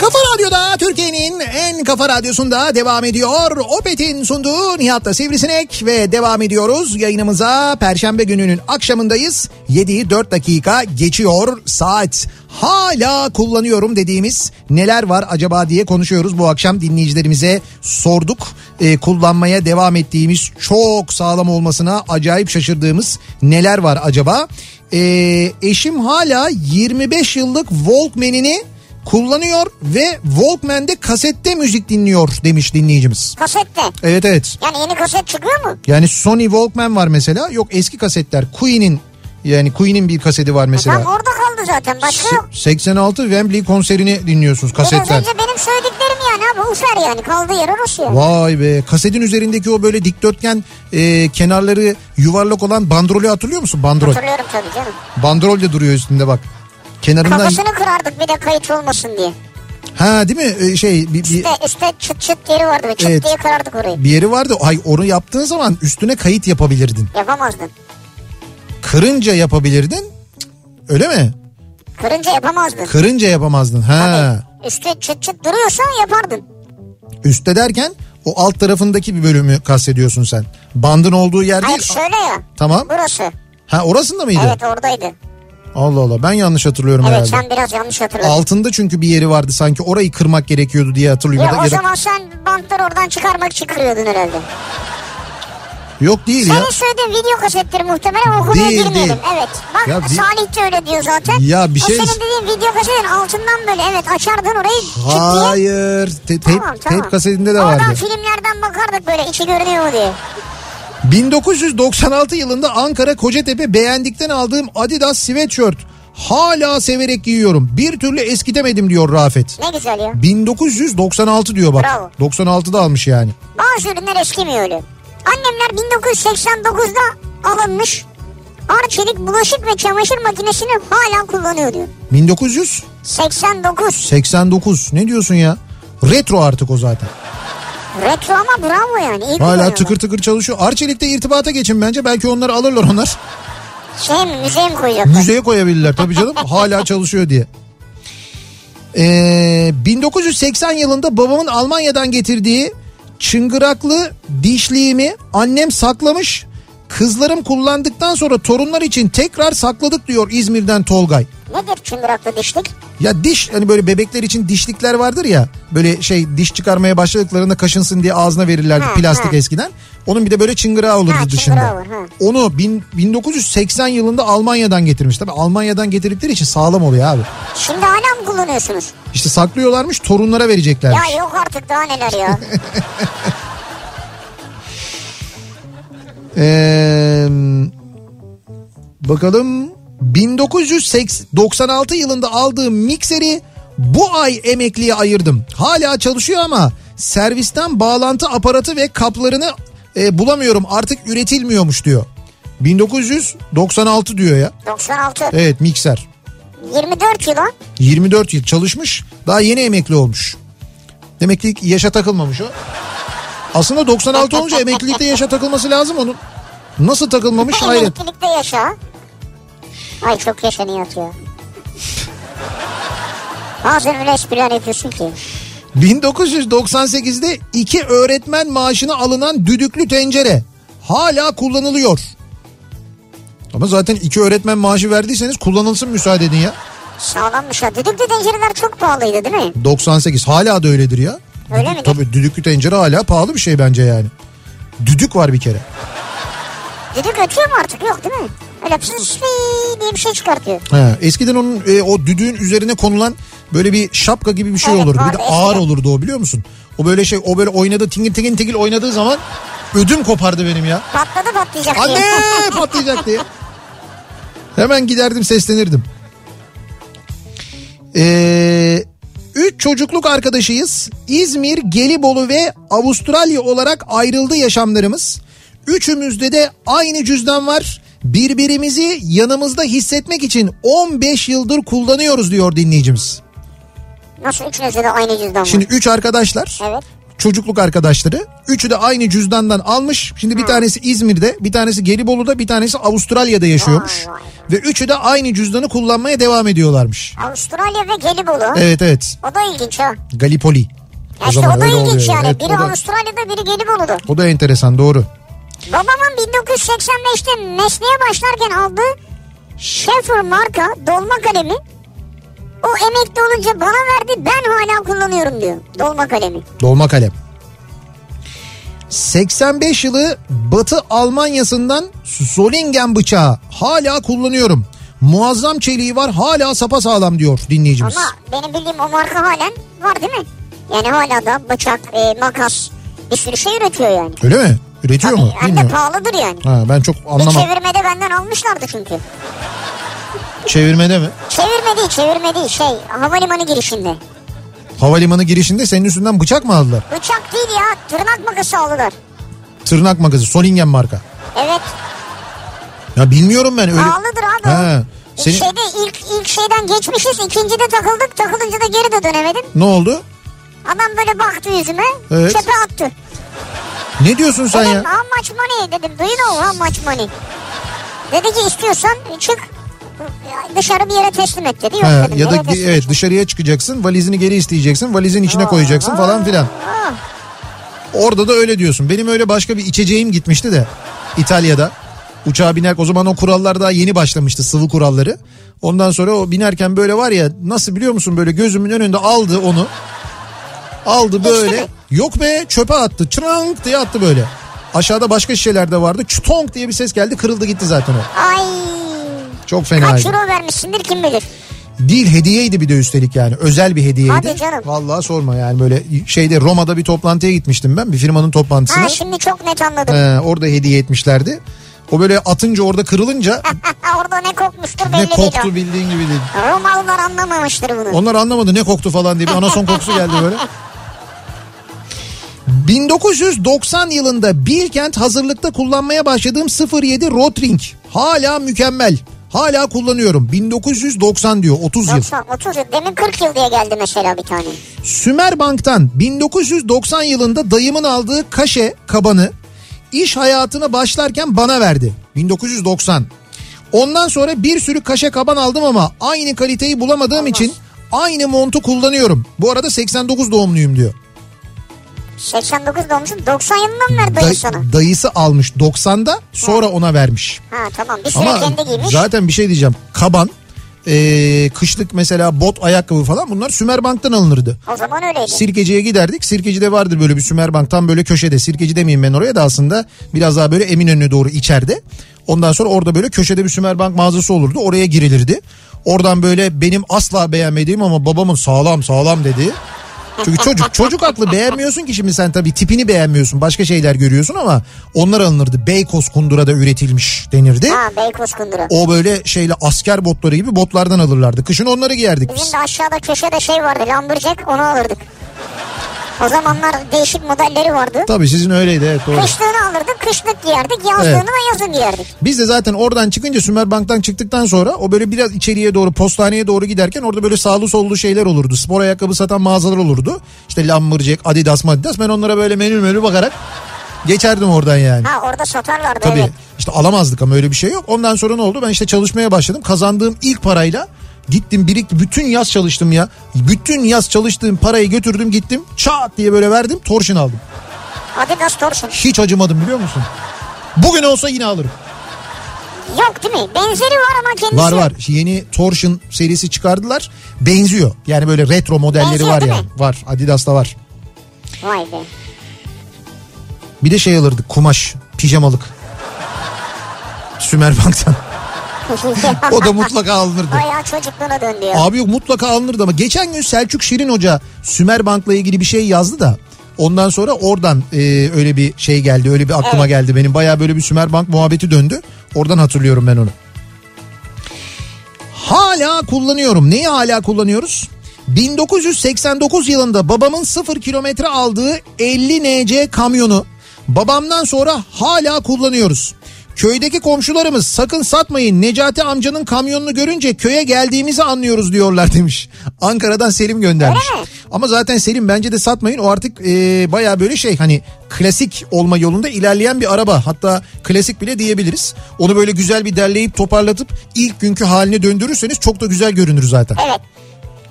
A: Kafa Radyo'da Türkiye'nin en Kafa Radyosu'nda devam ediyor. Opet'in sunduğu Nihat'la Sivrisinek ve devam ediyoruz. Yayınımıza Perşembe gününün akşamındayız. 7'yi 4 dakika geçiyor saat. Hala kullanıyorum dediğimiz neler var acaba diye konuşuyoruz. Bu akşam dinleyicilerimize sorduk. Ee, kullanmaya devam ettiğimiz çok sağlam olmasına acayip şaşırdığımız neler var acaba? Ee, eşim hala 25 yıllık Walkman'ini kullanıyor ve Walkman'de kasette müzik dinliyor demiş dinleyicimiz.
B: Kasette.
A: Evet evet.
B: Yani yeni kaset çıkıyor mu?
A: Yani Sony Walkman var mesela. Yok eski kasetler Queen'in yani Queen'in bir kaseti var
B: Tam
A: mesela.
B: orada kaldı zaten. Başka yok.
A: Se- 86 Wembley konserini dinliyorsunuz
B: Biraz
A: kasetten.
B: önce benim söylediklerim yani abi Ufer yani kaldığı yere Rusya.
A: Vay be kasetin üzerindeki o böyle dikdörtgen e, kenarları yuvarlak olan bandrolü hatırlıyor musun? Bandrol.
B: Hatırlıyorum tabii canım.
A: Bandrol de duruyor üstünde bak. Kenarından
B: Kafasını kırardık bir de kayıt olmasın diye.
A: ha değil mi? E, şey bir, bir,
B: İşte, işte çıt çıt yeri vardı. Çıt
A: Evet.
B: diye kırardık orayı.
A: bir yeri vardı. Ay onu yaptığın zaman üstüne kayıt yapabilirdin.
B: Yapamazdın.
A: Kırınca yapabilirdin. Öyle mi?
B: Kırınca yapamazdın.
A: Kırınca yapamazdın. Ha.
B: Üstü çıt çıt duruyorsa yapardın.
A: Üste derken o alt tarafındaki bir bölümü kastediyorsun sen. Bandın olduğu yer
B: Hayır
A: değil.
B: şöyle ya.
A: Tamam.
B: Burası.
A: Ha orasında mıydı?
B: şey- Evet oradaydı.
A: Allah Allah ben yanlış hatırlıyorum
B: Evet
A: herhalde.
B: sen biraz yanlış hatırladın.
A: Altında çünkü bir yeri vardı sanki orayı kırmak gerekiyordu diye hatırlıyorum.
B: Ya
A: da-
B: o
A: da-
B: zaman sen bantları oradan çıkarmak için kırıyordun herhalde.
A: Yok değil ya.
B: Senin söylediğin video kasettir muhtemelen okumaya
A: Değil,
B: girmeyelim.
A: değil.
B: Evet. Bak
A: Ya bir-
B: Salih de öyle diyor zaten.
A: Ya bir
B: o
A: şey-
B: senin dediğin video kasetin altından böyle evet açardın orayı çıt diye.
A: Hayır. Te- teyp,
B: Tamam, tamam.
A: teyp kasetinde de
B: Oradan
A: vardı.
B: filmlerden bakardık böyle içi görünüyor mu diye.
A: 1996 yılında Ankara Kocatepe beğendikten aldığım Adidas sweatshirt. Hala severek giyiyorum. Bir türlü eskitemedim diyor Rafet.
B: Ne güzel ya.
A: 1996 diyor bak.
B: Bravo.
A: 96'da almış yani.
B: Bazı ürünler eskimiyor öyle. Annemler 1989'da alınmış Arçelik bulaşık ve çamaşır makinesini hala kullanıyor diyor.
A: 1989.
B: 89.
A: Ne diyorsun ya? Retro artık o zaten.
B: Retro ama bravo yani. İyi
A: Hala
B: kullanıyorlar.
A: tıkır tıkır çalışıyor. Arçelik'te irtibata geçin bence. Belki onları alırlar onlar.
B: Şey mi müzeye mi koyacaklar?
A: Müzeye koyabilirler tabii canım. Hala çalışıyor diye. Ee, 1980 yılında babamın Almanya'dan getirdiği çıngıraklı dişliğimi annem saklamış. Kızlarım kullandıktan sonra torunlar için tekrar sakladık diyor İzmir'den Tolgay.
B: Nedir çıngıraklı dişlik?
A: Ya diş hani böyle bebekler için dişlikler vardır ya. Böyle şey diş çıkarmaya başladıklarında kaşınsın diye ağzına verirlerdi
B: Ha,
A: plastik
B: ha.
A: eskiden. Onun bir de böyle çıngırağı olurdu
B: Ha,
A: dışında.
B: çıngırağı olur, ha.
A: Onu bin- 1980 yılında Almanya'dan getirmiş. Tabii Almanya'dan getirdikleri için sağlam oluyor abi.
B: Şimdi hala mı kullanıyorsunuz?
A: İşte saklıyorlarmış torunlara vereceklermiş.
B: Ya yok artık daha neler ya.
A: Ee, bakalım 1996 yılında aldığım mikseri bu ay emekliye ayırdım. Hala çalışıyor ama servisten bağlantı aparatı ve kaplarını e, bulamıyorum artık üretilmiyormuş diyor. 1996 diyor ya.
B: 96.
A: Evet mikser.
B: 24 yıl ha.
A: 24 yıl çalışmış daha yeni emekli olmuş. Demek ki yaşa takılmamış o. Aslında 96 olunca emeklilikte yaşa takılması lazım onun. Nasıl takılmamış hayret.
B: Emeklilikte yaşa. Ay çok yaşanıyor atıyor. Bazen öyle espriler yapıyorsun ki.
A: 1998'de iki öğretmen maaşına alınan düdüklü tencere hala kullanılıyor. Ama zaten iki öğretmen maaşı verdiyseniz kullanılsın müsaade edin ya.
B: Sağlammış ha. Düdüklü tencereler çok pahalıydı değil mi?
A: 98 hala da öyledir ya.
B: Öyle
A: Düdük-
B: mi?
A: Tabii düdüklü tencere hala pahalı bir şey bence yani. Düdük var bir kere.
B: Düdük ötüyor mu artık? Yok değil mi? Öyle pıs pıs diye bir şey çıkartıyor.
A: Ha, eskiden onun e, o düdüğün üzerine konulan böyle bir şapka gibi bir şey
B: Evet,
A: olurdu. Bir
B: vardı
A: de ağır
B: eskiden.
A: olurdu o biliyor musun? O böyle şey o böyle oynadı tingin tingin tingil oynadığı zaman ödüm kopardı benim ya.
B: Patladı patlayacak diye.
A: Anne patlayacak diye. Hemen giderdim seslenirdim. Ee, üç çocukluk arkadaşıyız. İzmir, Gelibolu ve Avustralya olarak ayrıldı yaşamlarımız. Üçümüzde de aynı cüzdan var. Birbirimizi yanımızda hissetmek için 15 yıldır kullanıyoruz diyor dinleyicimiz.
B: Nasıl üçünüzde de aynı cüzdan var?
A: Şimdi üç arkadaşlar
B: Evet.
A: çocukluk arkadaşları. Üçü de aynı cüzdandan almış. Şimdi bir tanesi İzmir'de, bir tanesi Gelibolu'da, bir tanesi Avustralya'da yaşıyormuş.
B: Vay vay.
A: Ve üçü de aynı cüzdanı kullanmaya devam ediyorlarmış.
B: Avustralya ve Gelibolu.
A: Evet evet.
B: O da ilginç ha.
A: Galipoli.
B: Ya
A: O
B: işte
A: zaman
B: o da
A: öyle
B: ilginç
A: oluyor.
B: yani.
A: Evet,
B: biri
A: o da-
B: Avustralya'da biri Gelibolu'da.
A: O da enteresan doğru.
B: Babamın 1985'te mesleğe başlarken aldığı Schaefer marka dolma kalemi o emekli olunca bana verdi ben hala kullanıyorum diyor dolma kalemi.
A: Dolma kalem. 85 yılı Batı Almanya'sından Solingen bıçağı hala kullanıyorum. Muazzam çeliği var hala sapasağlam diyor dinleyicimiz.
B: Ama benim bildiğim o marka halen var değil mi? Yani hala da bıçak, e, makas bir sürü şey üretiyor yani.
A: Öyle mi? Üretiyor mu?
B: Hem de
A: Bilmiyorum.
B: pahalıdır yani.
A: Ha, ben çok
B: Bir
A: anlamam.
B: çevirmede benden almışlardı çünkü.
A: Çevirmede mi?
B: Çevirmedi, çevirmedi şey havalimanı girişinde.
A: Havalimanı girişinde senin üstünden bıçak mı aldılar?
B: Bıçak değil ya tırnak makası aldılar.
A: Tırnak makası Solingen marka.
B: Evet
A: Ya bilmiyorum ben öyle.
B: pahalıdır abi. E, şey-
A: He.
B: İlk
A: Senin...
B: Şeyde ilk, ilk şeyden geçmişiz ikincide takıldık takılınca da geri de dönemedim.
A: Ne oldu?
B: Adam böyle baktı yüzüme
A: Evet.
B: çöpe attı.
A: Ne diyorsun sen
B: Dedim
A: ya?
B: how much money dedim do you know how much money. Dedi ki istiyorsan çık dışarı bir yere teslim et dedi. Yok
A: Ha,
B: dedim,
A: ya da
B: "Nereye teslim
A: evet
B: edeceğim?"
A: dışarıya çıkacaksın valizini geri isteyeceksin valizin içine koyacaksın falan filan.
B: Ah,
A: Orada da öyle diyorsun. Benim öyle başka bir içeceğim gitmişti de İtalya'da. Uçağa binerken o zaman o kurallar daha yeni başlamıştı sıvı kuralları. Ondan sonra o binerken böyle var ya nasıl biliyor musun böyle gözümün önünde aldı onu. Aldı böyle.
B: mi?
A: Yok be çöpe attı. Çırang diye attı böyle. Aşağıda başka şişeler de vardı. Çutong diye bir ses geldi kırıldı gitti zaten o.
B: Ay.
A: Çok fena.
B: Kaç euro vermişsindir kim bilir.
A: Değil hediyeydi bir de üstelik yani özel bir hediyeydi.
B: Hadi canım.
A: Vallahi sorma yani böyle şeyde Roma'da bir toplantıya gitmiştim ben bir firmanın toplantısına.
B: Ha şimdi çok net anladım.
A: Ee, orada hediye etmişlerdi. O böyle atınca orada kırılınca
B: Orada ne kokmuştur belli
A: ne koktu
B: değil
A: bildiğin gibi değil.
B: o. Romalılar anlamamıştır bunu.
A: Onlar anlamadı ne koktu falan diye bir anason kokusu geldi böyle. 1990 yılında Bilkent hazırlıkta kullanmaya başladığım 07 Rotring. Hala mükemmel. Hala kullanıyorum. 1990 diyor 30 yıl.
B: Yoksa 30 yıl demin 40 yıl diye geldi mesela bir tane.
A: Sümer Bank'tan 1990 yılında dayımın aldığı kaşe kabanı iş hayatına başlarken bana verdi. 1990. Ondan sonra bir sürü kaşe kaban aldım ama aynı kaliteyi bulamadığım için aynı montu kullanıyorum. Bu arada 89 doğumluyum diyor.
B: 89 doğmuşsun 90 yılında mı verdi
A: Day-
B: dayı sana?
A: dayısı almış 90'da sonra ona vermiş.
B: Ha tamam bir süre
A: Ama
B: kendi giymiş.
A: zaten bir şey diyeceğim. Kaban, ee, kışlık mesela bot ayakkabı falan bunlar Sümer Bank'tan alınırdı.
B: O zaman öyleydi.
A: Sirkeci'ye giderdik. Sirkeci'de vardır böyle bir Sümerbank tam böyle köşede. Sirkeci demeyeyim ben oraya da aslında biraz daha böyle Eminönü'ne doğru içeride. Ondan sonra orada böyle köşede bir Sümerbank mağazası olurdu. Oraya girilirdi. Oradan böyle benim asla beğenmediğim ama babamın sağlam sağlam dediği. Çünkü çocuk çocuk aklı beğenmiyorsun ki şimdi sen tabii tipini beğenmiyorsun. Başka şeyler görüyorsun ama onlar alınırdı. Beykoz Kundura'da üretilmiş denirdi.
B: Ha Beykoz Kundura.
A: O böyle şeyle asker botları gibi botlardan alırlardı. Kışın onları giyerdik biz.
B: Bizim de aşağıda köşede şey vardı Lumberjack onu alırdık. O zamanlar değişik modelleri vardı.
A: Tabii sizin öyleydi evet doğru.
B: Kışlığını alırdık kışlık giyerdik yazlığını
A: Evet.
B: da yazın giyerdik.
A: Biz de zaten oradan çıkınca Sümerbank'tan çıktıktan sonra o böyle biraz içeriye doğru postaneye doğru giderken orada böyle sağlı sollu şeyler olurdu. Spor ayakkabı satan mağazalar olurdu. İşte Lumberjack, Adidas, Adidas ben onlara böyle menü menü bakarak geçerdim oradan yani.
B: Ha orada satarlardı
A: Tabii
B: evet.
A: işte alamazdık ama öyle bir şey yok. Ondan sonra ne oldu? Ben işte çalışmaya başladım. Kazandığım ilk parayla gittim birikti bütün yaz çalıştım ya. Bütün yaz çalıştığım parayı götürdüm gittim çat diye böyle verdim torşin aldım.
B: Adidas Torsion.
A: Hiç acımadım biliyor musun? Bugün olsa yine alırım.
B: Yok değil mi? Benzeri var ama kendisi
A: Var
B: yok.
A: var. Yeni Torsion serisi çıkardılar. Benziyor. Yani böyle retro modelleri
B: Benziyor,
A: var
B: değil
A: yani.
B: mi?
A: Var. Adidas'ta var.
B: Vay be.
A: Bir de şey alırdık. Kumaş. Pijamalık. Sümerbank'tan. O da mutlaka alınırdı.
B: Bayağı çocukluğuna döndü ya.
A: Abi yok mutlaka alınırdı ama geçen gün Selçuk Şirin Hoca Sümerbank'la ilgili bir şey yazdı da ondan sonra oradan e, öyle bir şey geldi öyle bir aklıma geldi benim baya böyle bir Sümerbank muhabbeti döndü oradan hatırlıyorum ben onu. Hala kullanıyorum neyi hala kullanıyoruz? 1989 yılında babamın 0 kilometre aldığı 50 NC kamyonu babamdan sonra hala kullanıyoruz. Köydeki komşularımız sakın satmayın Necati amcanın kamyonunu görünce köye geldiğimizi anlıyoruz diyorlar demiş. Ankara'dan Selim göndermiş. Ama zaten Selim bence de satmayın o artık baya böyle şey hani klasik olma yolunda ilerleyen bir araba. Hatta klasik bile diyebiliriz. Onu böyle güzel bir derleyip toparlatıp ilk günkü haline döndürürseniz çok da güzel görünür zaten.
B: Evet.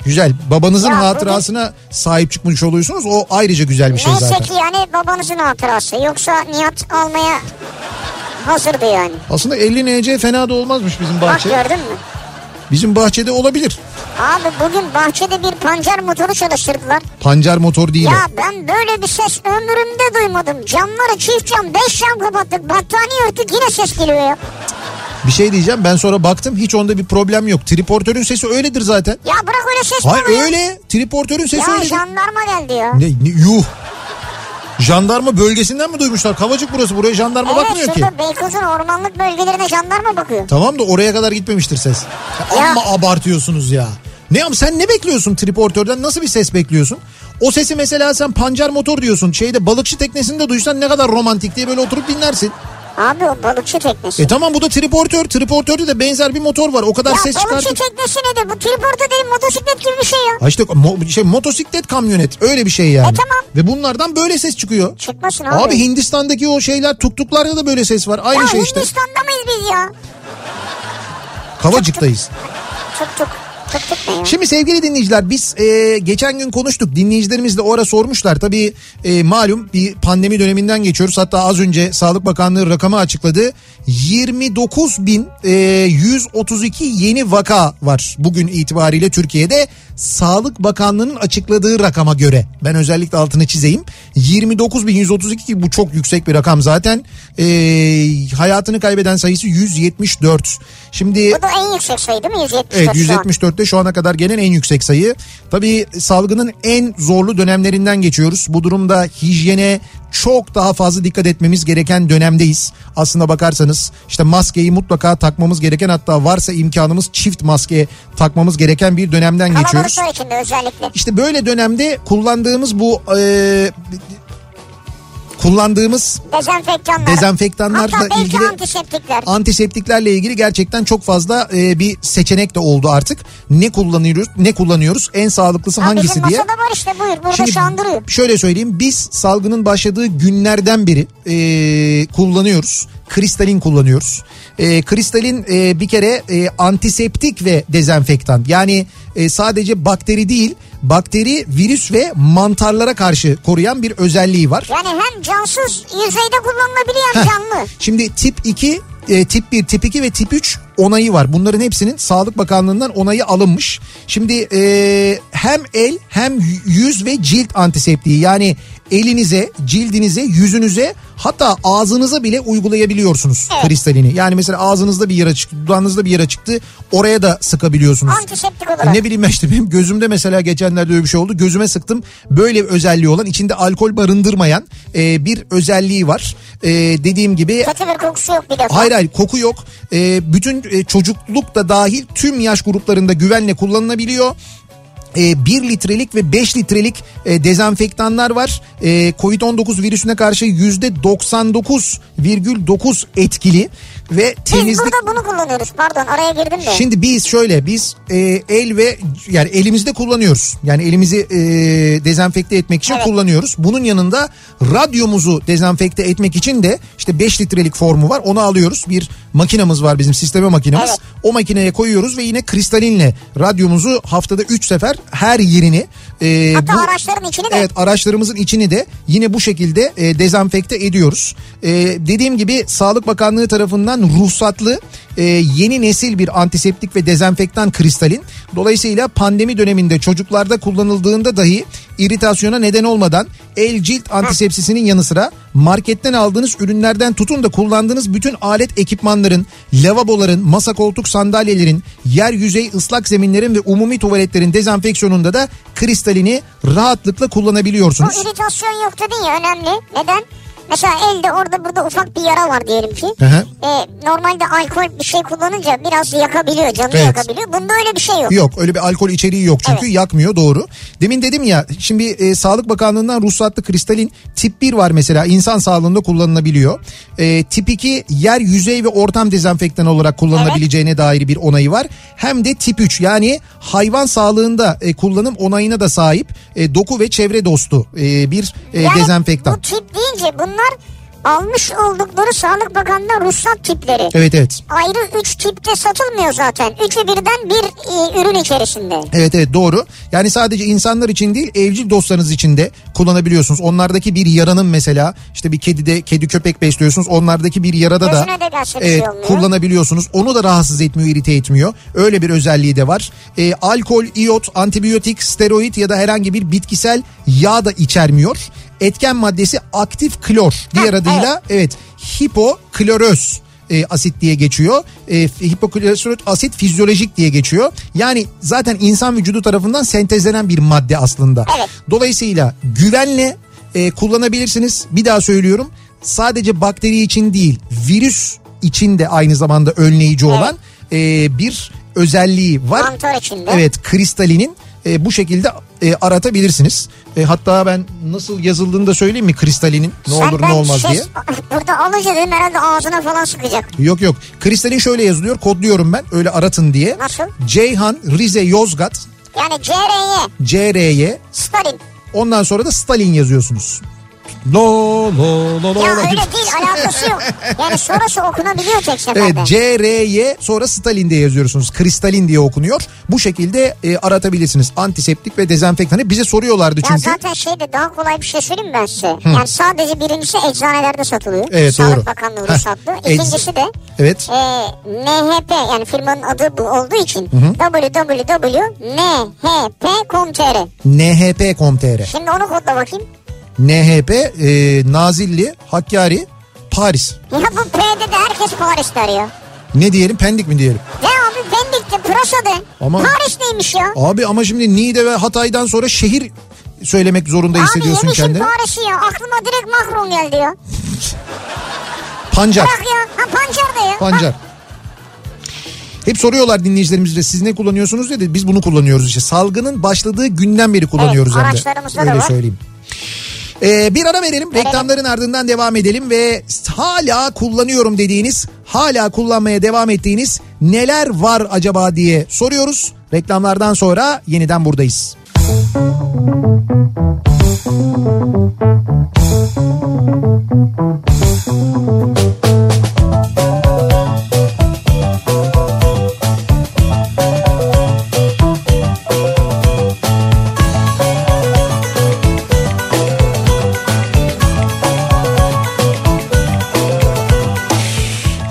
A: Güzel. Babanızın
B: Ya bu da-
A: hatırasına sahip çıkmış oluyorsunuz. O ayrıca güzel bir şey
B: Neyse
A: zaten.
B: ki yani babanızın hatırası. Yoksa Nihat almaya hazırdı yani.
A: Aslında 50 NC fena da olmazmış bizim
B: Bak
A: bahçe.
B: gördün mü?
A: Bizim bahçede olabilir.
B: Abi bugün bahçede bir pancar motoru çalıştırdılar.
A: Pancar motor değil
B: Ya
A: o.
B: ben böyle bir ses ömrümde duymadım. Camları çift cam, beş cam kapattık. Battaniye örtük yine ses geliyor ya.
A: Bir şey diyeceğim ben sonra baktım hiç onda bir problem yok. Triportörün sesi öyledir zaten.
B: Ya bırak öyle ses
A: Hayır
B: bana ya.
A: öyle. şey Triportörün sesi
B: Ya
A: öyledir.
B: jandarma geldi ya.
A: Ne, ne- yuh. Jandarma bölgesinden mi duymuşlar? Kavacık burası buraya jandarma
B: Evet
A: bakmıyor ki.
B: şurada Beykoz'un ormanlık bölgelerine jandarma bakıyor.
A: Tamam da oraya kadar gitmemiştir ses. Ya
B: Ya.
A: Amma abartıyorsunuz ya. Ne am sen ne bekliyorsun triportörden? Nasıl bir ses bekliyorsun? O sesi mesela sen pancar motor diyorsun. Şeyde balıkçı teknesinde duysan ne kadar romantik diye böyle oturup dinlersin.
B: Abi o balıkçı teknesi.
A: E tamam bu da triportör. Triportörde de benzer bir motor var. O kadar
B: ya
A: ses
B: balıkçı
A: çıkartıyor.
B: teknesi nedir? Bu triporta değil motosiklet gibi bir şey ya.
A: Ha işte mo- şey motosiklet kamyonet öyle bir şey yani.
B: E tamam.
A: Ve bunlardan böyle ses çıkıyor.
B: Çıkmasın abi.
A: Abi Hindistan'daki o şeyler tuktuklarda da böyle ses var. Aynı
B: ya
A: şey işte.
B: Hindistan'da mıyız biz ya?
A: Kavacık'tayız.
B: Tık tık. Tık tık ne ya?
A: Şimdi sevgili dinleyiciler biz e, geçen gün konuştuk dinleyicilerimizle o ara sormuşlar. Tabii e, malum bir pandemi döneminden geçiyoruz. Hatta az önce Sağlık Bakanlığı rakamı açıkladı. e, 29.132 yeni vaka var bugün itibariyle Türkiye'de. Sağlık Bakanlığı'nın açıkladığı rakama göre ben özellikle altını çizeyim. 29.132 ki bu çok yüksek bir rakam zaten. E, hayatını kaybeden sayısı 174. Şimdi
B: Bu da en yüksek sayı değil mi? 174
A: Evet
B: şu an.
A: 174'te şu ana kadar gelen en yüksek sayı. Tabii salgının en zorlu dönemlerinden geçiyoruz. Bu durumda hijyene çok daha fazla dikkat etmemiz gereken dönemdeyiz. Aslına bakarsanız işte maskeyi mutlaka takmamız gereken hatta varsa imkanımız çift maske takmamız gereken bir dönemden geçiyoruz.
B: Kalabalıklar içinde özellikle.
A: İşte böyle dönemde kullandığımız bu eee, kullandığımız
B: Dezenfektanlar.
A: Dezenfektanlarla
B: Hatta belki
A: ilgili-
B: antiseptikler.
A: antiseptiklerle ilgili gerçekten çok fazla e, bir seçenek de oldu artık. Ne kullanıyoruz? Ne kullanıyoruz? En sağlıklısı
B: Ha,
A: hangisi
B: bizim
A: diye.
B: masada var işte buyur. Burada
A: Şimdi
B: şu an duruyor.
A: şöyle söyleyeyim biz salgının başladığı günlerden beri e, kullanıyoruz. Kristalin kullanıyoruz. E, kristalin e, bir kere e, antiseptik ve dezenfektan. Yani e, sadece bakteri değil bakteri, virüs ve mantarlara karşı koruyan bir özelliği var.
B: Yani hem cansız yüzeyde kullanılabiliyor hem
A: Heh.
B: canlı.
A: Şimdi tip 2, e, tip 1, tip 2 ve tip 3 onayı var. Bunların hepsinin Sağlık Bakanlığı'ndan onayı alınmış. Şimdi e, hem el hem yüz ve cilt antiseptiği yani elinize, cildinize, yüzünüze hatta ağzınıza bile uygulayabiliyorsunuz
B: Evet.
A: kristalini. Yani mesela ağzınızda bir yara çıktı, dudağınızda bir yara çıktı oraya da sıkabiliyorsunuz.
B: Antiseptik olarak.
A: Ne bileyim ben işte benim gözümde mesela geçenlerde öyle bir şey oldu. Gözüme sıktım. Böyle bir özelliği olan içinde alkol barındırmayan e, bir özelliği var. E, dediğim gibi
B: Kötü bir kokusu yok bir defa.
A: hayır hayır koku yok. E, bütün e, çocukluk da dahil tüm yaş gruplarında güvenle kullanılabiliyor. 1 litrelik ve 5 litrelik e, dezenfektanlar var. E, Covid-19 virüsüne karşı %99,9 etkili ve
B: Biz
A: temizlik...
B: burada bunu kullanıyoruz. Pardon araya girdim de.
A: Şimdi biz şöyle biz e, el ve yani elimizde kullanıyoruz. Yani elimizi e, dezenfekte etmek için
B: Evet.
A: kullanıyoruz. Bunun yanında radyomuzu dezenfekte etmek için de işte 5 litrelik formu var. Onu alıyoruz. Bir makinamız var bizim sisteme makinemiz.
B: Evet.
A: O makineye koyuyoruz ve yine kristalinle radyomuzu haftada 3 sefer her yerini e,
B: Hatta araçların içini de.
A: Evet araçlarımızın içini de yine bu şekilde e, dezenfekte ediyoruz. E, dediğim gibi Sağlık Bakanlığı tarafından ruhsatlı e, yeni nesil bir antiseptik ve dezenfektan kristalin. Dolayısıyla pandemi döneminde çocuklarda kullanıldığında dahi iritasyona neden olmadan el cilt antisepsisinin yanı sıra marketten aldığınız ürünlerden tutun da kullandığınız bütün alet ekipmanların, lavaboların, masa koltuk sandalyelerin, yer yüzey ıslak zeminlerin ve umumi tuvaletlerin dezenfeksiyonunda da kristalini rahatlıkla
B: Bu
A: kullanabiliyorsunuz.
B: iritasyon yok dedin ya önemli. Neden? Mesela elde orada burada ufak bir yara var diyelim ki.
A: Hı hı.
B: Ee, normalde alkol bir şey kullanınca biraz yakabiliyor, canını
A: Evet.
B: yakabiliyor. Bunda öyle bir şey yok.
A: Yok öyle bir alkol içeriği yok çünkü
B: Evet.
A: yakmıyor doğru. Demin dedim ya şimdi e, Sağlık Bakanlığı'ndan ruhsatlı kristalin tip 1 var mesela insan sağlığında kullanılabiliyor. E, tip 2 yer yüzey ve ortam dezenfektan olarak kullanılabileceğine dair bir onayı var. Hem de tip 3 yani hayvan sağlığında e, kullanım onayına da sahip e, doku ve çevre dostu e, bir e,
B: Yani
A: dezenfektan.
B: Bu tip deyince bunlar almış oldukları Sağlık Bakanlığı'ndan ruhsat tipleri.
A: Evet evet.
B: Ayrı 3 tipte satılmıyor zaten. Üçü birden bir e, ürün içerisinde.
A: Evet evet doğru. Yani sadece insanlar için değil evcil dostlarınız için de kullanabiliyorsunuz. Onlardaki bir yaranın mesela işte bir kedide kedi köpek besliyorsunuz. Onlardaki bir yarada da
B: Gözüne de gelse bir şey
A: evet,
B: olmuyor.
A: kullanabiliyorsunuz. Onu da rahatsız etmiyor, irite etmiyor. Öyle bir özelliği de var. E, alkol, iyot, antibiyotik, steroid ya da herhangi bir bitkisel yağ da içermiyor. Etken maddesi aktif klor. Diğer
B: Ha,
A: adıyla evet, hipokloröz e, asit diye geçiyor. E, hipokloröz asit fizyolojik diye geçiyor. Yani zaten insan vücudu tarafından sentezlenen bir madde aslında.
B: Evet.
A: Dolayısıyla güvenle e, kullanabilirsiniz. Bir daha söylüyorum. Sadece bakteri için değil, virüs için de aynı zamanda önleyici olan e, bir özelliği var.
B: Mantar içinde.
A: Evet, kristalinin e, bu şekilde e, aratabilirsiniz. E, hatta ben nasıl yazıldığını da söyleyeyim mi kristalinin? Ne
B: Sen
A: olur
B: ben
A: ne olmaz
B: ses-
A: diye.
B: şey, Burada alınca dedim herhalde ağzına falan sıkacak.
A: Yok yok. Kristalin şöyle yazılıyor. Kodluyorum ben. Öyle aratın diye.
B: Nasıl?
A: Ceyhan Rize Yozgat
B: Yani CRY,
A: CR'ye
B: E, Stalin.
A: ondan sonra da Stalin yazıyorsunuz. Lo lo lo lo.
B: Ya
A: lo.
B: öyle şey değil alakası yok. Yani sonrası okunabiliyor tek seferde.
A: Evet CRY sonra Stalin diye yazıyorsunuz. Kristalin diye okunuyor. Bu şekilde e, aratabilirsiniz. Antiseptik ve dezenfektanı. Bize soruyorlardı
B: Ya
A: E çünkü.
B: zaten şey de daha kolay bir şey söyleyeyim mi ben size. Yani sadece birincisi eczanelerde satılıyor.
A: Evet,
B: Sağlık
A: doğru.
B: Bakanlığı
A: Heh,
B: ruhsatlı.
A: ecz-
B: İkincisi de
A: Evet.
B: e, MHP yani firmanın adı bu olduğu için www.nhp.com.tr
A: NHP.com.tr
B: Şimdi onu kodla bakayım.
A: NHP e, Nazilli, Hakkari, Paris.
B: Ya bu P'de de herkes Paris'te arıyor.
A: Ne diyelim? Pendik mi diyelim?
B: Ya abi Pendik'te, Pırasa'da.
A: Ama-
B: Paris neymiş ya?
A: Abi ama şimdi Niğde ve Hatay'dan sonra şehir söylemek zorunda
B: Abi
A: hissediyorsun
B: yemişim
A: kendini.
B: Paris'i ya. Aklıma direkt Macron geldi ya.
A: Pancar.
B: Bak ya. Ha Pancar'da ya.
A: Pancar. Hep soruyorlar dinleyicilerimiz de siz ne kullanıyorsunuz dedi. Biz bunu kullanıyoruz işte. Salgının başladığı günden beri kullanıyoruz hem de.
B: araçlarımızda da
A: Öyle
B: var.
A: söyleyeyim. Ee, bir ara verelim. Reklamların ardından devam edelim ve hala kullanıyorum dediğiniz, hala kullanmaya devam ettiğiniz neler var acaba diye soruyoruz. Reklamlardan sonra yeniden buradayız.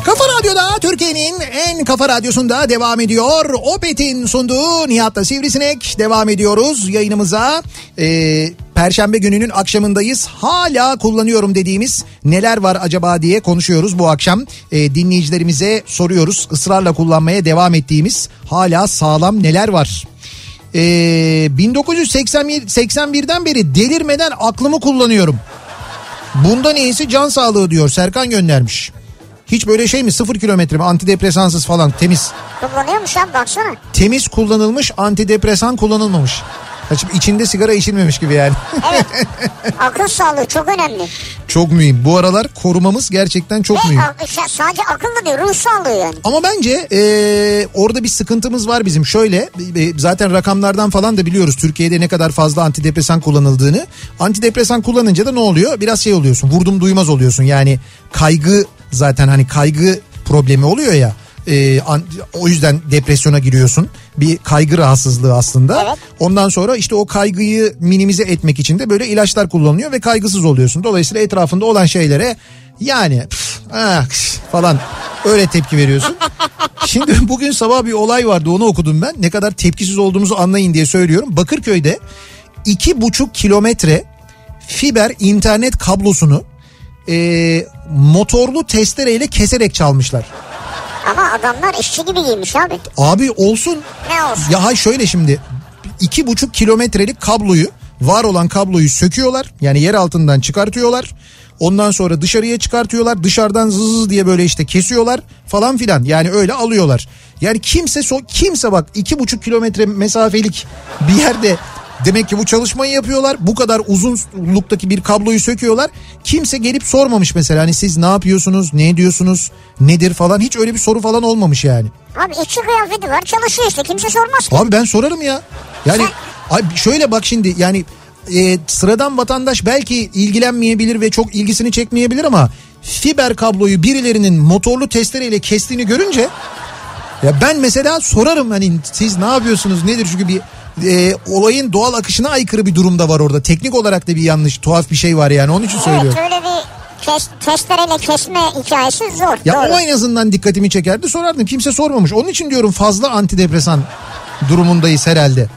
A: Kafa Radyo'da Türkiye'nin en kafa radyosunda devam ediyor. Opet'in sunduğu Nihat'la Sivrisinek devam ediyoruz yayınımıza. Ee, Perşembe gününün akşamındayız. Hala kullanıyorum dediğimiz neler var acaba diye konuşuyoruz bu akşam. Ee, dinleyicilerimize soruyoruz. Israrla kullanmaya devam ettiğimiz hala sağlam neler var? Ee, 1981'den beri delirmeden aklımı kullanıyorum. Bundan iyisi can sağlığı diyor Serkan göndermiş. Hiç böyle şey mi sıfır kilometre mi antidepresansız falan temiz.
B: Kullanıyormuş abi baksana.
A: Temiz kullanılmış antidepresan kullanılmamış. Ya şimdi içinde sigara içilmemiş gibi yani.
B: Akıl sağlığı çok önemli.
A: çok mühim. Bu aralar korumamız gerçekten çok
B: Ve
A: mühim.
B: ak- şey, sadece akıl da değil ruh sağlığı yani.
A: Ama bence e, orada bir sıkıntımız var bizim. Şöyle e, zaten rakamlardan falan da biliyoruz Türkiye'de ne kadar fazla antidepresan kullanıldığını. Antidepresan kullanınca da ne oluyor? Biraz şey oluyorsun. Vurdum duymaz oluyorsun. Yani kaygı zaten hani kaygı problemi oluyor ya. E, an- o yüzden depresyona giriyorsun. Bir kaygı rahatsızlığı aslında.
B: Evet.
A: Ondan sonra işte o kaygıyı minimize etmek için de böyle ilaçlar kullanılıyor ve kaygısız oluyorsun. Dolayısıyla etrafında olan şeylere yani püf, ah, püf falan öyle tepki veriyorsun. Şimdi bugün sabah bir olay vardı onu okudum ben. Ne kadar tepkisiz olduğumuzu anlayın diye söylüyorum. Bakırköy'de iki buçuk kilometre fiber internet kablosunu e, motorlu testereyle keserek çalmışlar.
B: Ama adamlar işçi gibi giymiş abi.
A: Abi olsun
B: Ne olsun.
A: ya hay şöyle şimdi iki buçuk kilometrelik kabloyu var olan kabloyu söküyorlar. Yani yer altından çıkartıyorlar. Ondan sonra dışarıya çıkartıyorlar. Dışarıdan zız diye böyle işte kesiyorlar falan filan. Yani öyle alıyorlar. Yani kimse so kimse bak iki buçuk kilometre mesafelik bir yerde demek ki bu çalışmayı yapıyorlar. Bu kadar uzunluktaki bir kabloyu söküyorlar. Kimse gelip sormamış mesela hani siz ne yapıyorsunuz, ne ediyorsunuz, nedir falan. Hiç öyle bir soru falan olmamış yani.
B: Abi işçi kıyafeti var çalışıyor işte kimse sormaz. ki.
A: Abi ben sorarım ya. Yani ay şöyle bak şimdi yani e, sıradan vatandaş belki ilgilenmeyebilir ve çok ilgisini çekmeyebilir ama fiber kabloyu birilerinin motorlu testereyle kestiğini görünce ya ben mesela sorarım hani siz ne yapıyorsunuz nedir çünkü bir e, olayın doğal akışına aykırı bir durumda var orada. Teknik olarak da bir yanlış tuhaf bir şey var yani onun için söylüyorum.
B: Evet öyle bir kes, testereyle kesme hikayesi zor.
A: Ya
B: doğru.
A: o en azından dikkatimi çekerdi sorardım kimse sormamış. Onun için diyorum fazla antidepresan durumundayız herhalde.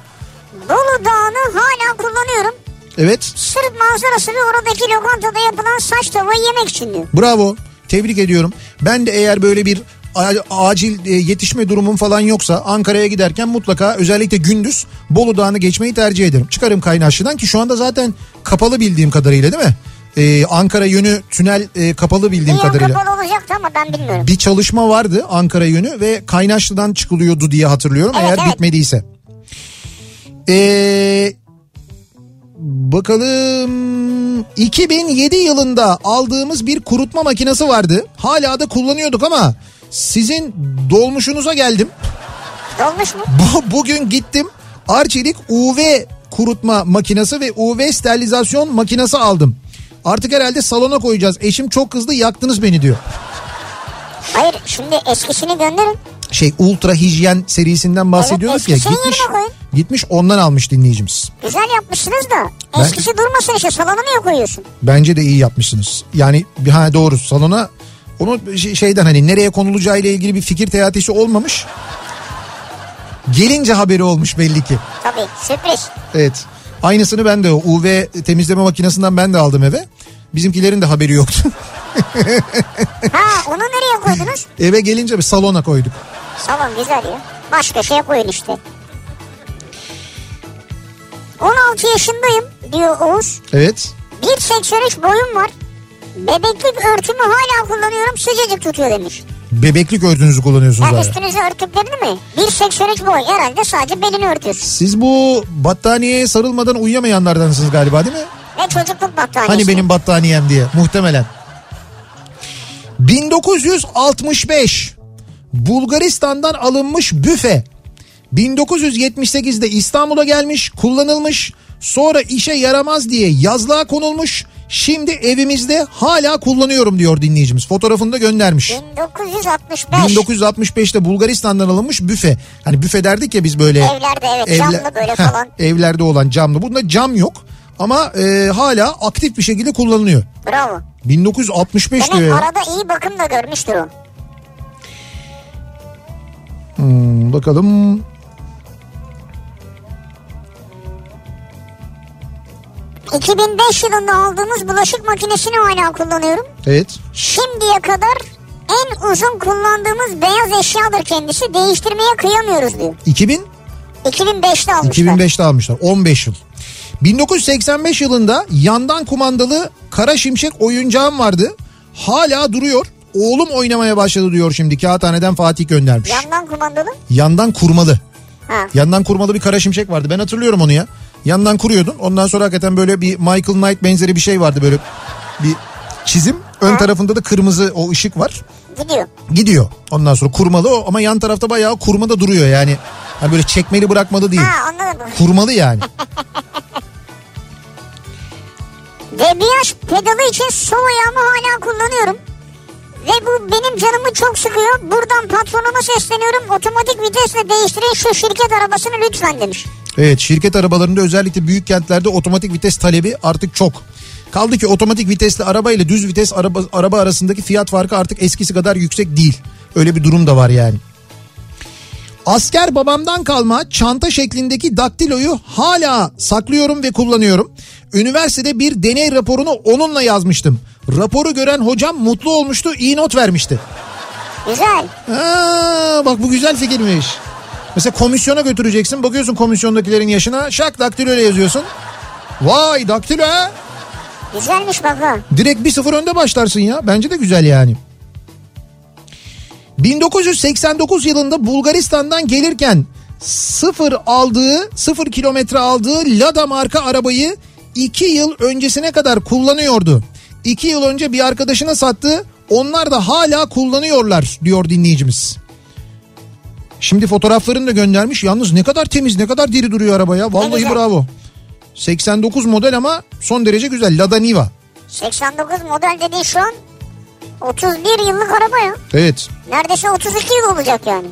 B: Bolu Dağı'nı hala kullanıyorum.
A: Evet
B: Sırf manzarasını oradaki lokantada yapılan saç tavayı yemek için diyor.
A: bravo tebrik ediyorum. Ben de eğer böyle bir a- acil e, yetişme durumum falan yoksa Ankara'ya giderken mutlaka özellikle gündüz Bolu Dağı'nı geçmeyi tercih ederim. Çıkarım Kaynaşlı'dan ki şu anda zaten kapalı bildiğim kadarıyla değil mi? Ee, Ankara yönü tünel e, kapalı bildiğim
B: Bir
A: kadarıyla.
B: kapalı olacaktı ama ben bilmiyorum.
A: bir çalışma vardı Ankara yönü ve Kaynaşlı'dan çıkılıyordu diye hatırlıyorum
B: Evet,
A: eğer
B: evet.
A: bitmediyse. Ee, bakalım 2007 yılında aldığımız bir kurutma makinesi vardı. Hala da kullanıyorduk ama sizin dolmuşunuza geldim.
B: Dolmuş mu?
A: Bu, bugün gittim Arçelik UV kurutma makinesi ve UV sterilizasyon makinesi aldım. Artık herhalde salona koyacağız. Eşim çok kızdı yaktınız beni diyor.
B: Hayır şimdi eskisini gönderin.
A: şey ultra hijyen serisinden bahsediyoruz
B: Evet,
A: ya
B: eskisi
A: gitmiş
B: yerine koyun.
A: gitmiş ondan almış dinleyicimiz.
B: Güzel yapmışsınız da.
A: Ben-
B: Eskisi durmasın işte salona niye koyuyorsun?
A: Bence de iyi yapmışsınız. Yani ha doğru salona onu şey- şeyden hani nereye konulacağı ile ilgili bir fikir teatisi olmamış. Gelince haberi olmuş belli ki.
B: Tabii sürpriz.
A: Evet. Aynısını ben de o UV temizleme makinesinden ben de aldım eve. Bizimkilerin de haberi yoktu.
B: Ha onu nereye koydunuz?
A: eve gelince bir salona koyduk.
B: Salon güzel ya. Başka şeye koyun işte. 16 yaşındayım diyor Oğuz.
A: Evet.
B: 1.83 boyum var. Bebeklik örtümü hala kullanıyorum sıcacık tutuyor demiş.
A: Bebeklik örtünüzü kullanıyorsunuz.
B: Ha,
A: hala.
B: üstünüze örtüklerini mi? 1.83 boy herhalde sadece belini örtüyorsun.
A: Siz bu battaniyeye sarılmadan uyuyamayanlardansınız galiba değil mi?
B: Ve çocukluk battaniyesi.
A: Hani benim battaniyem diye muhtemelen. 1965 Bulgaristan'dan alınmış büfe 1978'de İstanbul'a gelmiş, kullanılmış, sonra işe yaramaz diye yazlığa konulmuş. Şimdi evimizde hala kullanıyorum diyor dinleyicimiz. Fotoğrafını da göndermiş.
B: 1965.
A: 1965'te Bulgaristan'dan alınmış büfe. Hani büfe derdik ya biz böyle
B: Evlerde evet camlı böyle
A: Heh,
B: falan.
A: evlerde olan camlı. Bunda cam yok ama e, hala aktif bir şekilde kullanılıyor.
B: Bravo.
A: 1965
B: Demek
A: diyor ya.
B: arada iyi bakım da görmüştür o.
A: Hmm, bakalım.
B: Hı. 2005 yılında aldığımız bulaşık makinesini hala kullanıyorum.
A: Evet.
B: Şimdiye kadar en uzun kullandığımız beyaz eşyadır kendisi. Değiştirmeye kıyamıyoruz diyor.
A: 2000
B: 2005'te almışlar.
A: 2005'te almışlar. 15 yıl. 1985 yılında yandan kumandalı kara şimşek oyuncağım vardı. Hala duruyor. Oğlum oynamaya başladı diyor şimdi. Kağıthaneden Fatih göndermiş.
B: Yandan kumandalı.
A: Yandan kurmalı.
B: Ha.
A: Yandan kurmalı bir kara şimşek vardı. Ben hatırlıyorum onu ya. Yandan kuruyordun. Ondan sonra hakikaten böyle bir Michael Knight benzeri bir şey vardı böyle bir çizim. Ön tarafında da kırmızı o ışık var.
B: Gidiyor.
A: Gidiyor. Ondan sonra kurmalı o ama yan tarafta bayağı kurmada duruyor yani. Hani böyle çekmeli bırakmalı değil.
B: Ha anladım.
A: Kurmalı yani.
B: Debriyaj pedalı için sol ayağımı hala kullanıyorum. Ve bu benim canımı çok sıkıyor. Buradan patronuma sesleniyorum. Otomatik vitesle değiştirin şu şirket arabasını lütfen demiş.
A: Evet şirket arabalarında özellikle büyük kentlerde otomatik vites talebi artık çok. Kaldı ki otomatik vitesli araba ile düz vites araba, araba arasındaki fiyat farkı artık eskisi kadar yüksek değil. Öyle bir durum da var yani. Asker babamdan kalma çanta şeklindeki daktiloyu hala saklıyorum ve kullanıyorum. Üniversitede bir deney raporunu onunla yazmıştım. Raporu gören hocam mutlu olmuştu, iyi not vermişti.
B: Güzel.
A: Aa, bak bu güzel fikirmiş. Mesela komisyona götüreceksin. Bakıyorsun komisyondakilerin yaşına. Şak daktilo ile yazıyorsun. Vay daktilo ha.
B: Güzelmiş bak ha.
A: Direkt 1-0 önde başlarsın ya. Bence de güzel yani. 1989 yılında Bulgaristan'dan gelirken sıfır aldığı, sıfır kilometre aldığı Lada marka arabayı 2 yıl öncesine kadar kullanıyordu. 2 yıl önce bir arkadaşına sattı. Onlar da hala kullanıyorlar diyor dinleyicimiz. Şimdi fotoğraflarını da göndermiş. Yalnız ne kadar temiz, ne kadar diri duruyor araba ya. Vallahi
B: güzel.
A: bravo. 89 model ama son derece güzel. Lada Niva.
B: 89 model dediğin şu an 31 yıllık araba ya.
A: Evet.
B: Neredeyse 32 yıl olacak yani.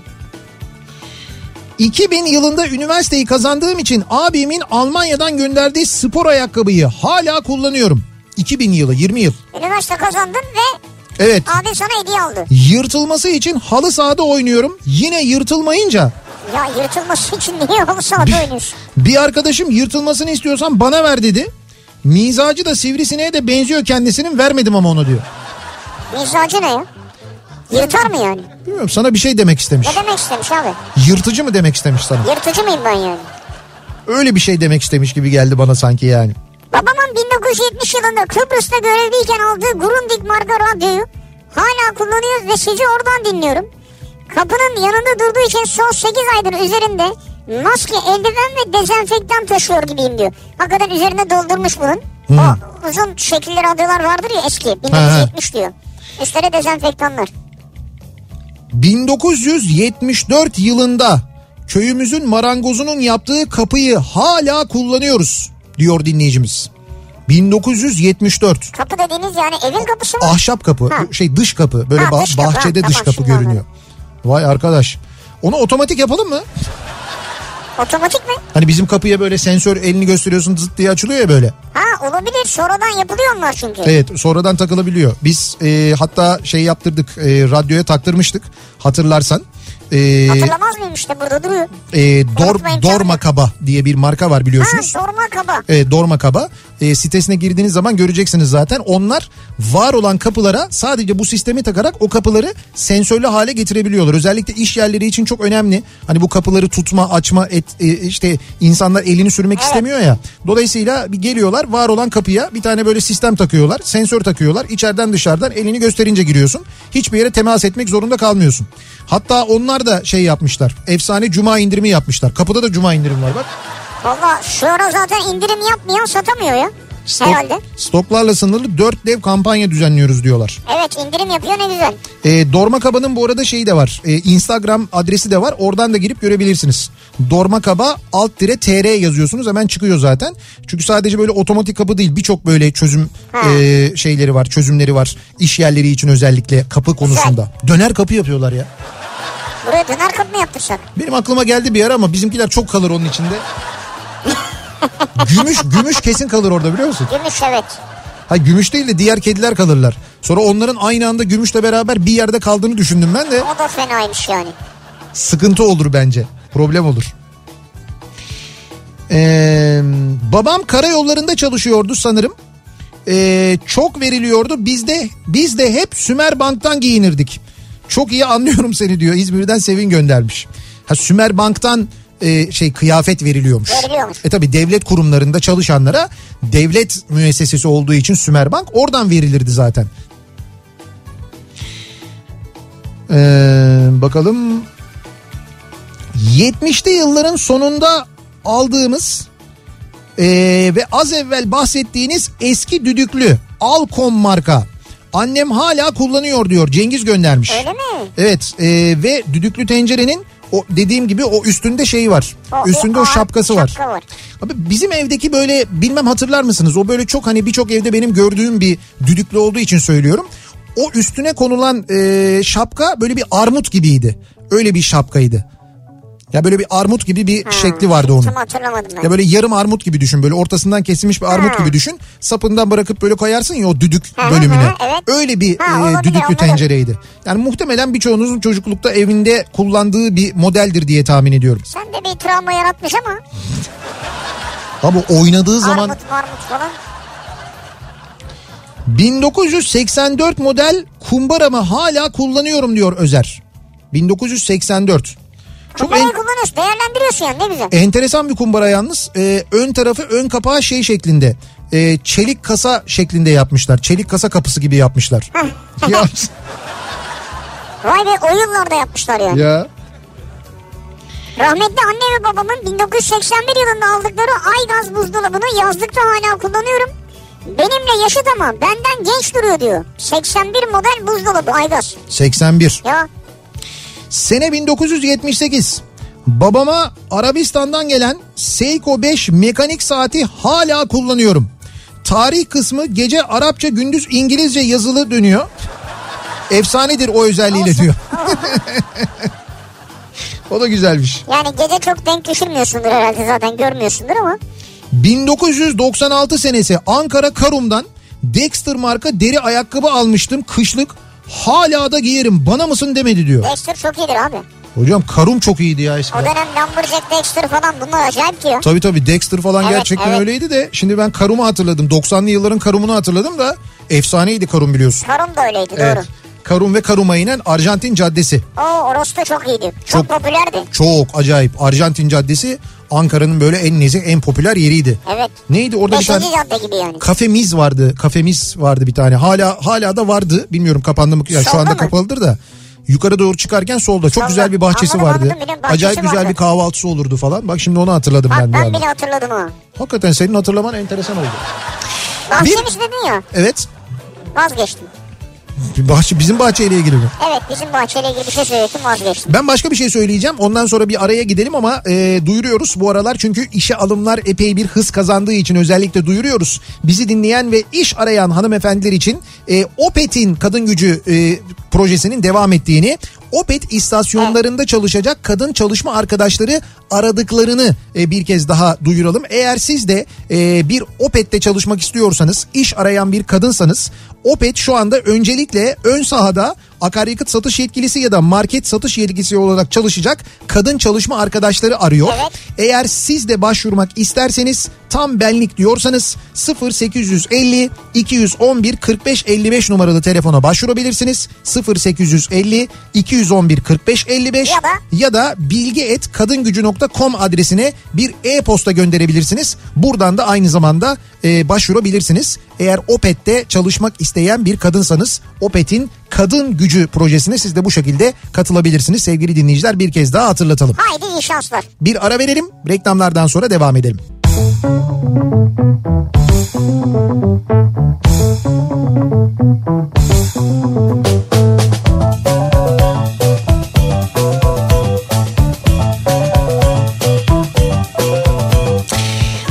A: 2000 yılında üniversiteyi kazandığım için abimin Almanya'dan gönderdiği spor ayakkabıyı hala kullanıyorum. 2000 yılı 20 yıl.
B: Üniversite kazandın ve
A: Evet.
B: abi sana hediye aldı.
A: Yırtılması için halı sahada oynuyorum. Yine yırtılmayınca
B: Ya yırtılması için niye halı sahada oynuyorsun?
A: bir arkadaşım yırtılmasını istiyorsan bana ver dedi. Mizacı da sivrisineğe de benziyor kendisinin vermedim ama onu diyor.
B: Mizacı ne ya? Yırtar mı yani?
A: Bilmiyorum sana bir şey demek istemiş.
B: Ne demek istemiş abi?
A: Yırtıcı mı demek istemiş sana?
B: Yırtıcı mıyım ben yani?
A: Öyle bir şey demek istemiş gibi geldi bana sanki yani.
B: Babamın 1970 yılında Kıbrıs'ta görevliyken aldığı Grundig marka radyoyu hala kullanıyoruz ve sizi oradan dinliyorum. Kapının yanında durduğu için son 8 aydır üzerinde maske, eldiven ve dezenfektan taşıyor gibiyim diyor. Hakikaten üzerine doldurmuş bunun. O uzun şekilli radyolar vardır ya eski 1970 diyor. Üstüne dezenfektanlar.
A: 1974 yılında köyümüzün marangozunun yaptığı kapıyı hala kullanıyoruz diyor dinleyicimiz. 1974
B: Kapı dediğiniz yani evin kapısı mı?
A: ahşap kapı
B: Ha.
A: şey dış kapı böyle
B: Ha,
A: ba-
B: dış kapı,
A: bahçede
B: ha,
A: dış
B: tamam,
A: kapı
B: şimdi
A: görünüyor. Vay arkadaş onu otomatik yapalım mı?
B: Otomatik mi?
A: Hani bizim kapıya böyle sensör elini gösteriyorsun zıt diye açılıyor ya böyle.
B: Ha olabilir sonradan yapılıyor onlar çünkü.
A: Evet sonradan takılabiliyor. Biz e, hatta şey yaptırdık e, radyoya taktırmıştık hatırlarsan. E,
B: Hatırlamaz mıyım işte burada duruyor.
A: e, Dor,
B: Unutmayın,
A: Dorma
B: canım.
A: Kaba diye bir marka var
B: Ha
A: biliyorsunuz.
B: sorma kaba.
A: e, Dorma Kaba e, sitesine girdiğiniz zaman göreceksiniz zaten. Onlar var olan kapılara sadece bu sistemi takarak o kapıları sensörlü hale getirebiliyorlar. Özellikle iş yerleri için çok önemli. Hani bu kapıları tutma, açma, et, e, işte insanlar elini sürmek istemiyor ya. Dolayısıyla bir geliyorlar var olan kapıya bir tane böyle sistem takıyorlar, sensör takıyorlar. İçeriden dışarıdan elini gösterince giriyorsun. Hiçbir yere temas etmek zorunda kalmıyorsun. Hatta onlar da şey yapmışlar. Efsane cuma indirimi yapmışlar. Kapıda da cuma indirimi var bak.
B: Valla şu ara zaten indirim yapmayan satamıyor ya.
A: Stok-
B: Herhalde.
A: Stoklarla sınırlı 4 dev kampanya düzenliyoruz diyorlar.
B: Evet indirim yapıyor ne güzel.
A: E, Dorma Kaba'nın bu arada şeyi de var. E, Instagram adresi de var. Oradan da girip görebilirsiniz. Dorma Kaba alt dire TR yazıyorsunuz. Hemen çıkıyor zaten. Çünkü sadece böyle otomatik kapı değil. Birçok böyle çözüm
B: Ha.
A: e, şeyleri var. Çözümleri var. İş yerleri için özellikle kapı konusunda. Döner kapı yapıyorlar ya.
B: Buraya döner kapı mı yaptırsak?
A: Benim aklıma geldi bir ara ama bizimkiler çok kalır onun içinde. gümüş gümüş kesin kalır orada biliyor musun?
B: Gümüş evet.
A: Ha gümüş değil de diğer kediler kalırlar. Sonra onların aynı anda gümüşle beraber bir yerde kaldığını düşündüm ben de
B: O da fenaymış yani.
A: sıkıntı olur bence. Problem olur. Ee, babam karayollarında çalışıyordu sanırım. Ee, çok veriliyordu. Biz de biz de hep Sümerbank'tan giyinirdik. Çok iyi anlıyorum seni diyor. İzmir'den Sevin göndermiş. Ha Sümerbank'tan e, şey kıyafet veriliyormuş.
B: Veriliyormuş.
A: E tabi devlet kurumlarında çalışanlara devlet müessesesi olduğu için Sümerbank oradan verilirdi zaten. Ee, bakalım 70'li yılların sonunda aldığımız ee, ve az evvel bahsettiğiniz eski düdüklü Alcom marka. Annem hala kullanıyor diyor Cengiz göndermiş.
B: Öyle mi?
A: Evet ee, ve düdüklü tencerenin o dediğim gibi o üstünde şey var.
B: O-
A: üstünde o,
B: o
A: şapkası var.
B: şapka var.
A: Abi bizim evdeki böyle bilmem hatırlar mısınız? O böyle çok hani birçok evde benim gördüğüm bir düdüklü olduğu için söylüyorum. O üstüne konulan ee, şapka böyle bir armut gibiydi. Öyle bir şapkaydı. Ya böyle bir armut gibi bir
B: Hmm.
A: şekli vardı onun.
B: Tam hatırlamadım ben.
A: Ya böyle yarım armut gibi düşün böyle ortasından kesilmiş bir armut
B: Ha.
A: gibi düşün. Sapından bırakıp böyle koyarsın ya o düdük
B: Hmm. Hı hı
A: bölümüne.
B: hı, evet.
A: Öyle bir
B: Ha,
A: e,
B: olabilir,
A: düdüklü
B: anladım.
A: tencereydi. Yani muhtemelen birçoğunuzun çocuklukta evinde kullandığı bir modeldir diye tahmin ediyorum.
B: Sen de bir travma yaratmış ama.
A: Abi oynadığı zaman
B: Armut marmut falan.
A: 1984 model kumbaramı hala kullanıyorum diyor Özer. 1984. Çok
B: Bunları
A: en- E-
B: kullanıyorsun değerlendiriyorsun yani ne güzel.
A: Enteresan bir kumbara yalnız. Ee, ön tarafı ön kapağı şey şeklinde. Ee, çelik kasa şeklinde yapmışlar. Çelik kasa kapısı gibi yapmışlar. ya,
B: Vay be o yıllarda yapmışlar yani.
A: ya.
B: Rahmetli anne ve babamın 1981 yılında aldıkları Aygaz buzdolabını yazlıkta hala kullanıyorum. Benimle yaşıt ama benden genç duruyor diyor. 81 model buzdolabı Aygaz.
A: 81.
B: Ya
A: Sene 1978. Babama Arabistan'dan gelen Seiko 5 mekanik saati hala kullanıyorum. Tarih kısmı gece Arapça gündüz İngilizce yazılı dönüyor. Efsanedir o özelliğiyle
B: Olsun.
A: diyor. o da güzelmiş.
B: Yani gece çok denk düşürmüyorsundur herhalde zaten görmüyorsundur ama.
A: 1996 senesi Ankara Karum'dan Dexter marka deri ayakkabı almıştım kışlık. Hala da giyerim bana mısın demedi diyor.
B: Dexter çok iyidir abi.
A: Hocam Karum çok iyiydi ya
B: O
A: eskiden.
B: dönem Lumberjack Dexter falan bunlar acayip diyor.
A: Tabii tabii Dexter falan
B: Evet,
A: gerçekten
B: evet.
A: öyleydi de şimdi ben Karum'u hatırladım. 90'lı yılların Karum'unu hatırladım da efsaneydi Karum biliyorsun.
B: Karun da öyleydi doğru.
A: Evet. Karum ve Karum'a inen Arjantin Caddesi.
B: Oo orası da çok iyiydi. Çok,
A: Çok-
B: popülerdi.
A: Çok acayip. Arjantin Caddesi Ankara'nın böyle en nezih en popüler yeriydi.
B: Evet.
A: Neydi orada bir
B: Beşinci
A: tane
B: cadde gibi yani.
A: kafemiz vardı. Kafemiz vardı bir tane. Hala hala da vardı. Bilmiyorum kapandı mı? Ya şu
B: Solda
A: anda
B: mı?
A: kapalıdır da. Yukarı doğru çıkarken solda. Çok
B: Solda.
A: güzel bir bahçesi
B: Anladım,
A: vardı.
B: anladım, biliyorum. Bahçesi
A: Acayip güzel
B: vardı.
A: bir kahvaltısı olurdu falan. Bak şimdi onu hatırladım
B: Bak
A: ben, de
B: ben
A: abi.
B: bile hatırladım onu.
A: Hakikaten senin hatırlaman enteresan oldu.
B: Bahçemiz dedin ya
A: Evet.
B: vazgeçtim.
A: bir Bahçe, bizim bahçeyle ilgili mi?
B: Evet bizim bahçeyle ilgili bir şey söyleyecektim vazgeçtim.
A: Ben başka bir şey söyleyeceğim. Ondan sonra bir araya gidelim ama e, duyuruyoruz bu aralar. Çünkü işe alımlar epey bir hız kazandığı için özellikle duyuruyoruz. Bizi dinleyen ve iş arayan hanımefendiler için e, Opet'in kadın gücü e, projesinin devam ettiğini, Opet istasyonlarında çalışacak kadın çalışma arkadaşları aradıklarını e, bir kez daha duyuralım. Eğer siz de e, bir Opet'te çalışmak istiyorsanız, iş arayan bir kadınsanız Opet şu anda öncelikle ön sahada akaryakıt satış yetkilisi ya da market satış yetkilisi olarak çalışacak kadın çalışma arkadaşları arıyor.
B: Evet.
A: Eğer siz de başvurmak isterseniz tam benlik diyorsanız 0850 211 45 55 numaralı telefona başvurabilirsiniz. 0850 211 45 55
B: Ya da-
A: ya da bilgi@kadingucu.com adresine bir e-posta gönderebilirsiniz. Buradan da aynı zamanda e, başvurabilirsiniz. Eğer Opet'te çalışmak isteyen bir kadınsanız Opet'in kadın gücü projesine siz de bu şekilde katılabilirsiniz sevgili dinleyiciler. Bir kez daha hatırlatalım.
B: Haydi iyi şanslar.
A: Bir ara verelim. Reklamlardan sonra devam edelim.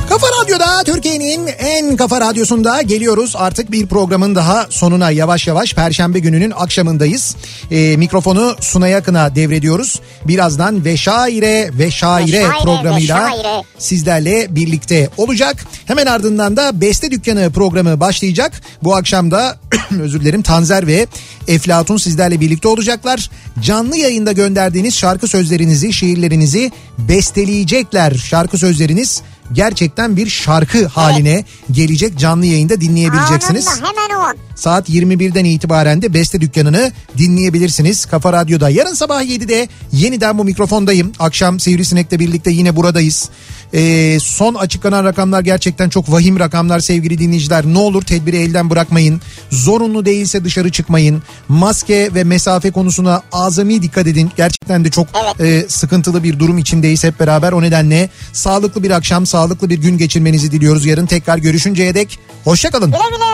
A: Kafa Radyo'da Türkiye'nin en kafa radyosunda geliyoruz. Artık bir programın daha sonuna yavaş yavaş Perşembe gününün akşamındayız. Ee, mikrofonu Sunay Akın'a devrediyoruz. Birazdan Veşaire Veşaire,
B: Veşaire,
A: programıyla
B: Veşaire.
A: sizlerle birlikte olacak. Hemen ardından da Beste Dükkanı programı başlayacak. Bu akşam da özür dilerim Tanzer ve Eflatun sizlerle birlikte olacaklar. Canlı yayında gönderdiğiniz şarkı sözlerinizi, şiirlerinizi besteleyecekler. Şarkı sözleriniz gerçekten bir şarkı haline gelecek canlı yayında dinleyebileceksiniz.
B: Anında hemen o an.
A: Saat 21'den itibaren de Beste Dükkanı'nı dinleyebilirsiniz Kafa Radyo'da. Yarın sabah 7'de yeniden bu mikrofondayım. Akşam Sivrisinek'le birlikte yine buradayız. Ee, son açıklanan rakamlar gerçekten çok vahim rakamlar sevgili dinleyiciler. Ne olur tedbiri elden bırakmayın. Zorunlu değilse dışarı çıkmayın. Maske ve mesafe konusuna azami dikkat edin. Gerçekten de çok e, sıkıntılı bir durum içindeyiz hep beraber. O nedenle sağlıklı bir akşam, sağlıklı bir gün geçirmenizi diliyoruz. Yarın tekrar görüşünceye dek hoşçakalın.
B: Güle güle.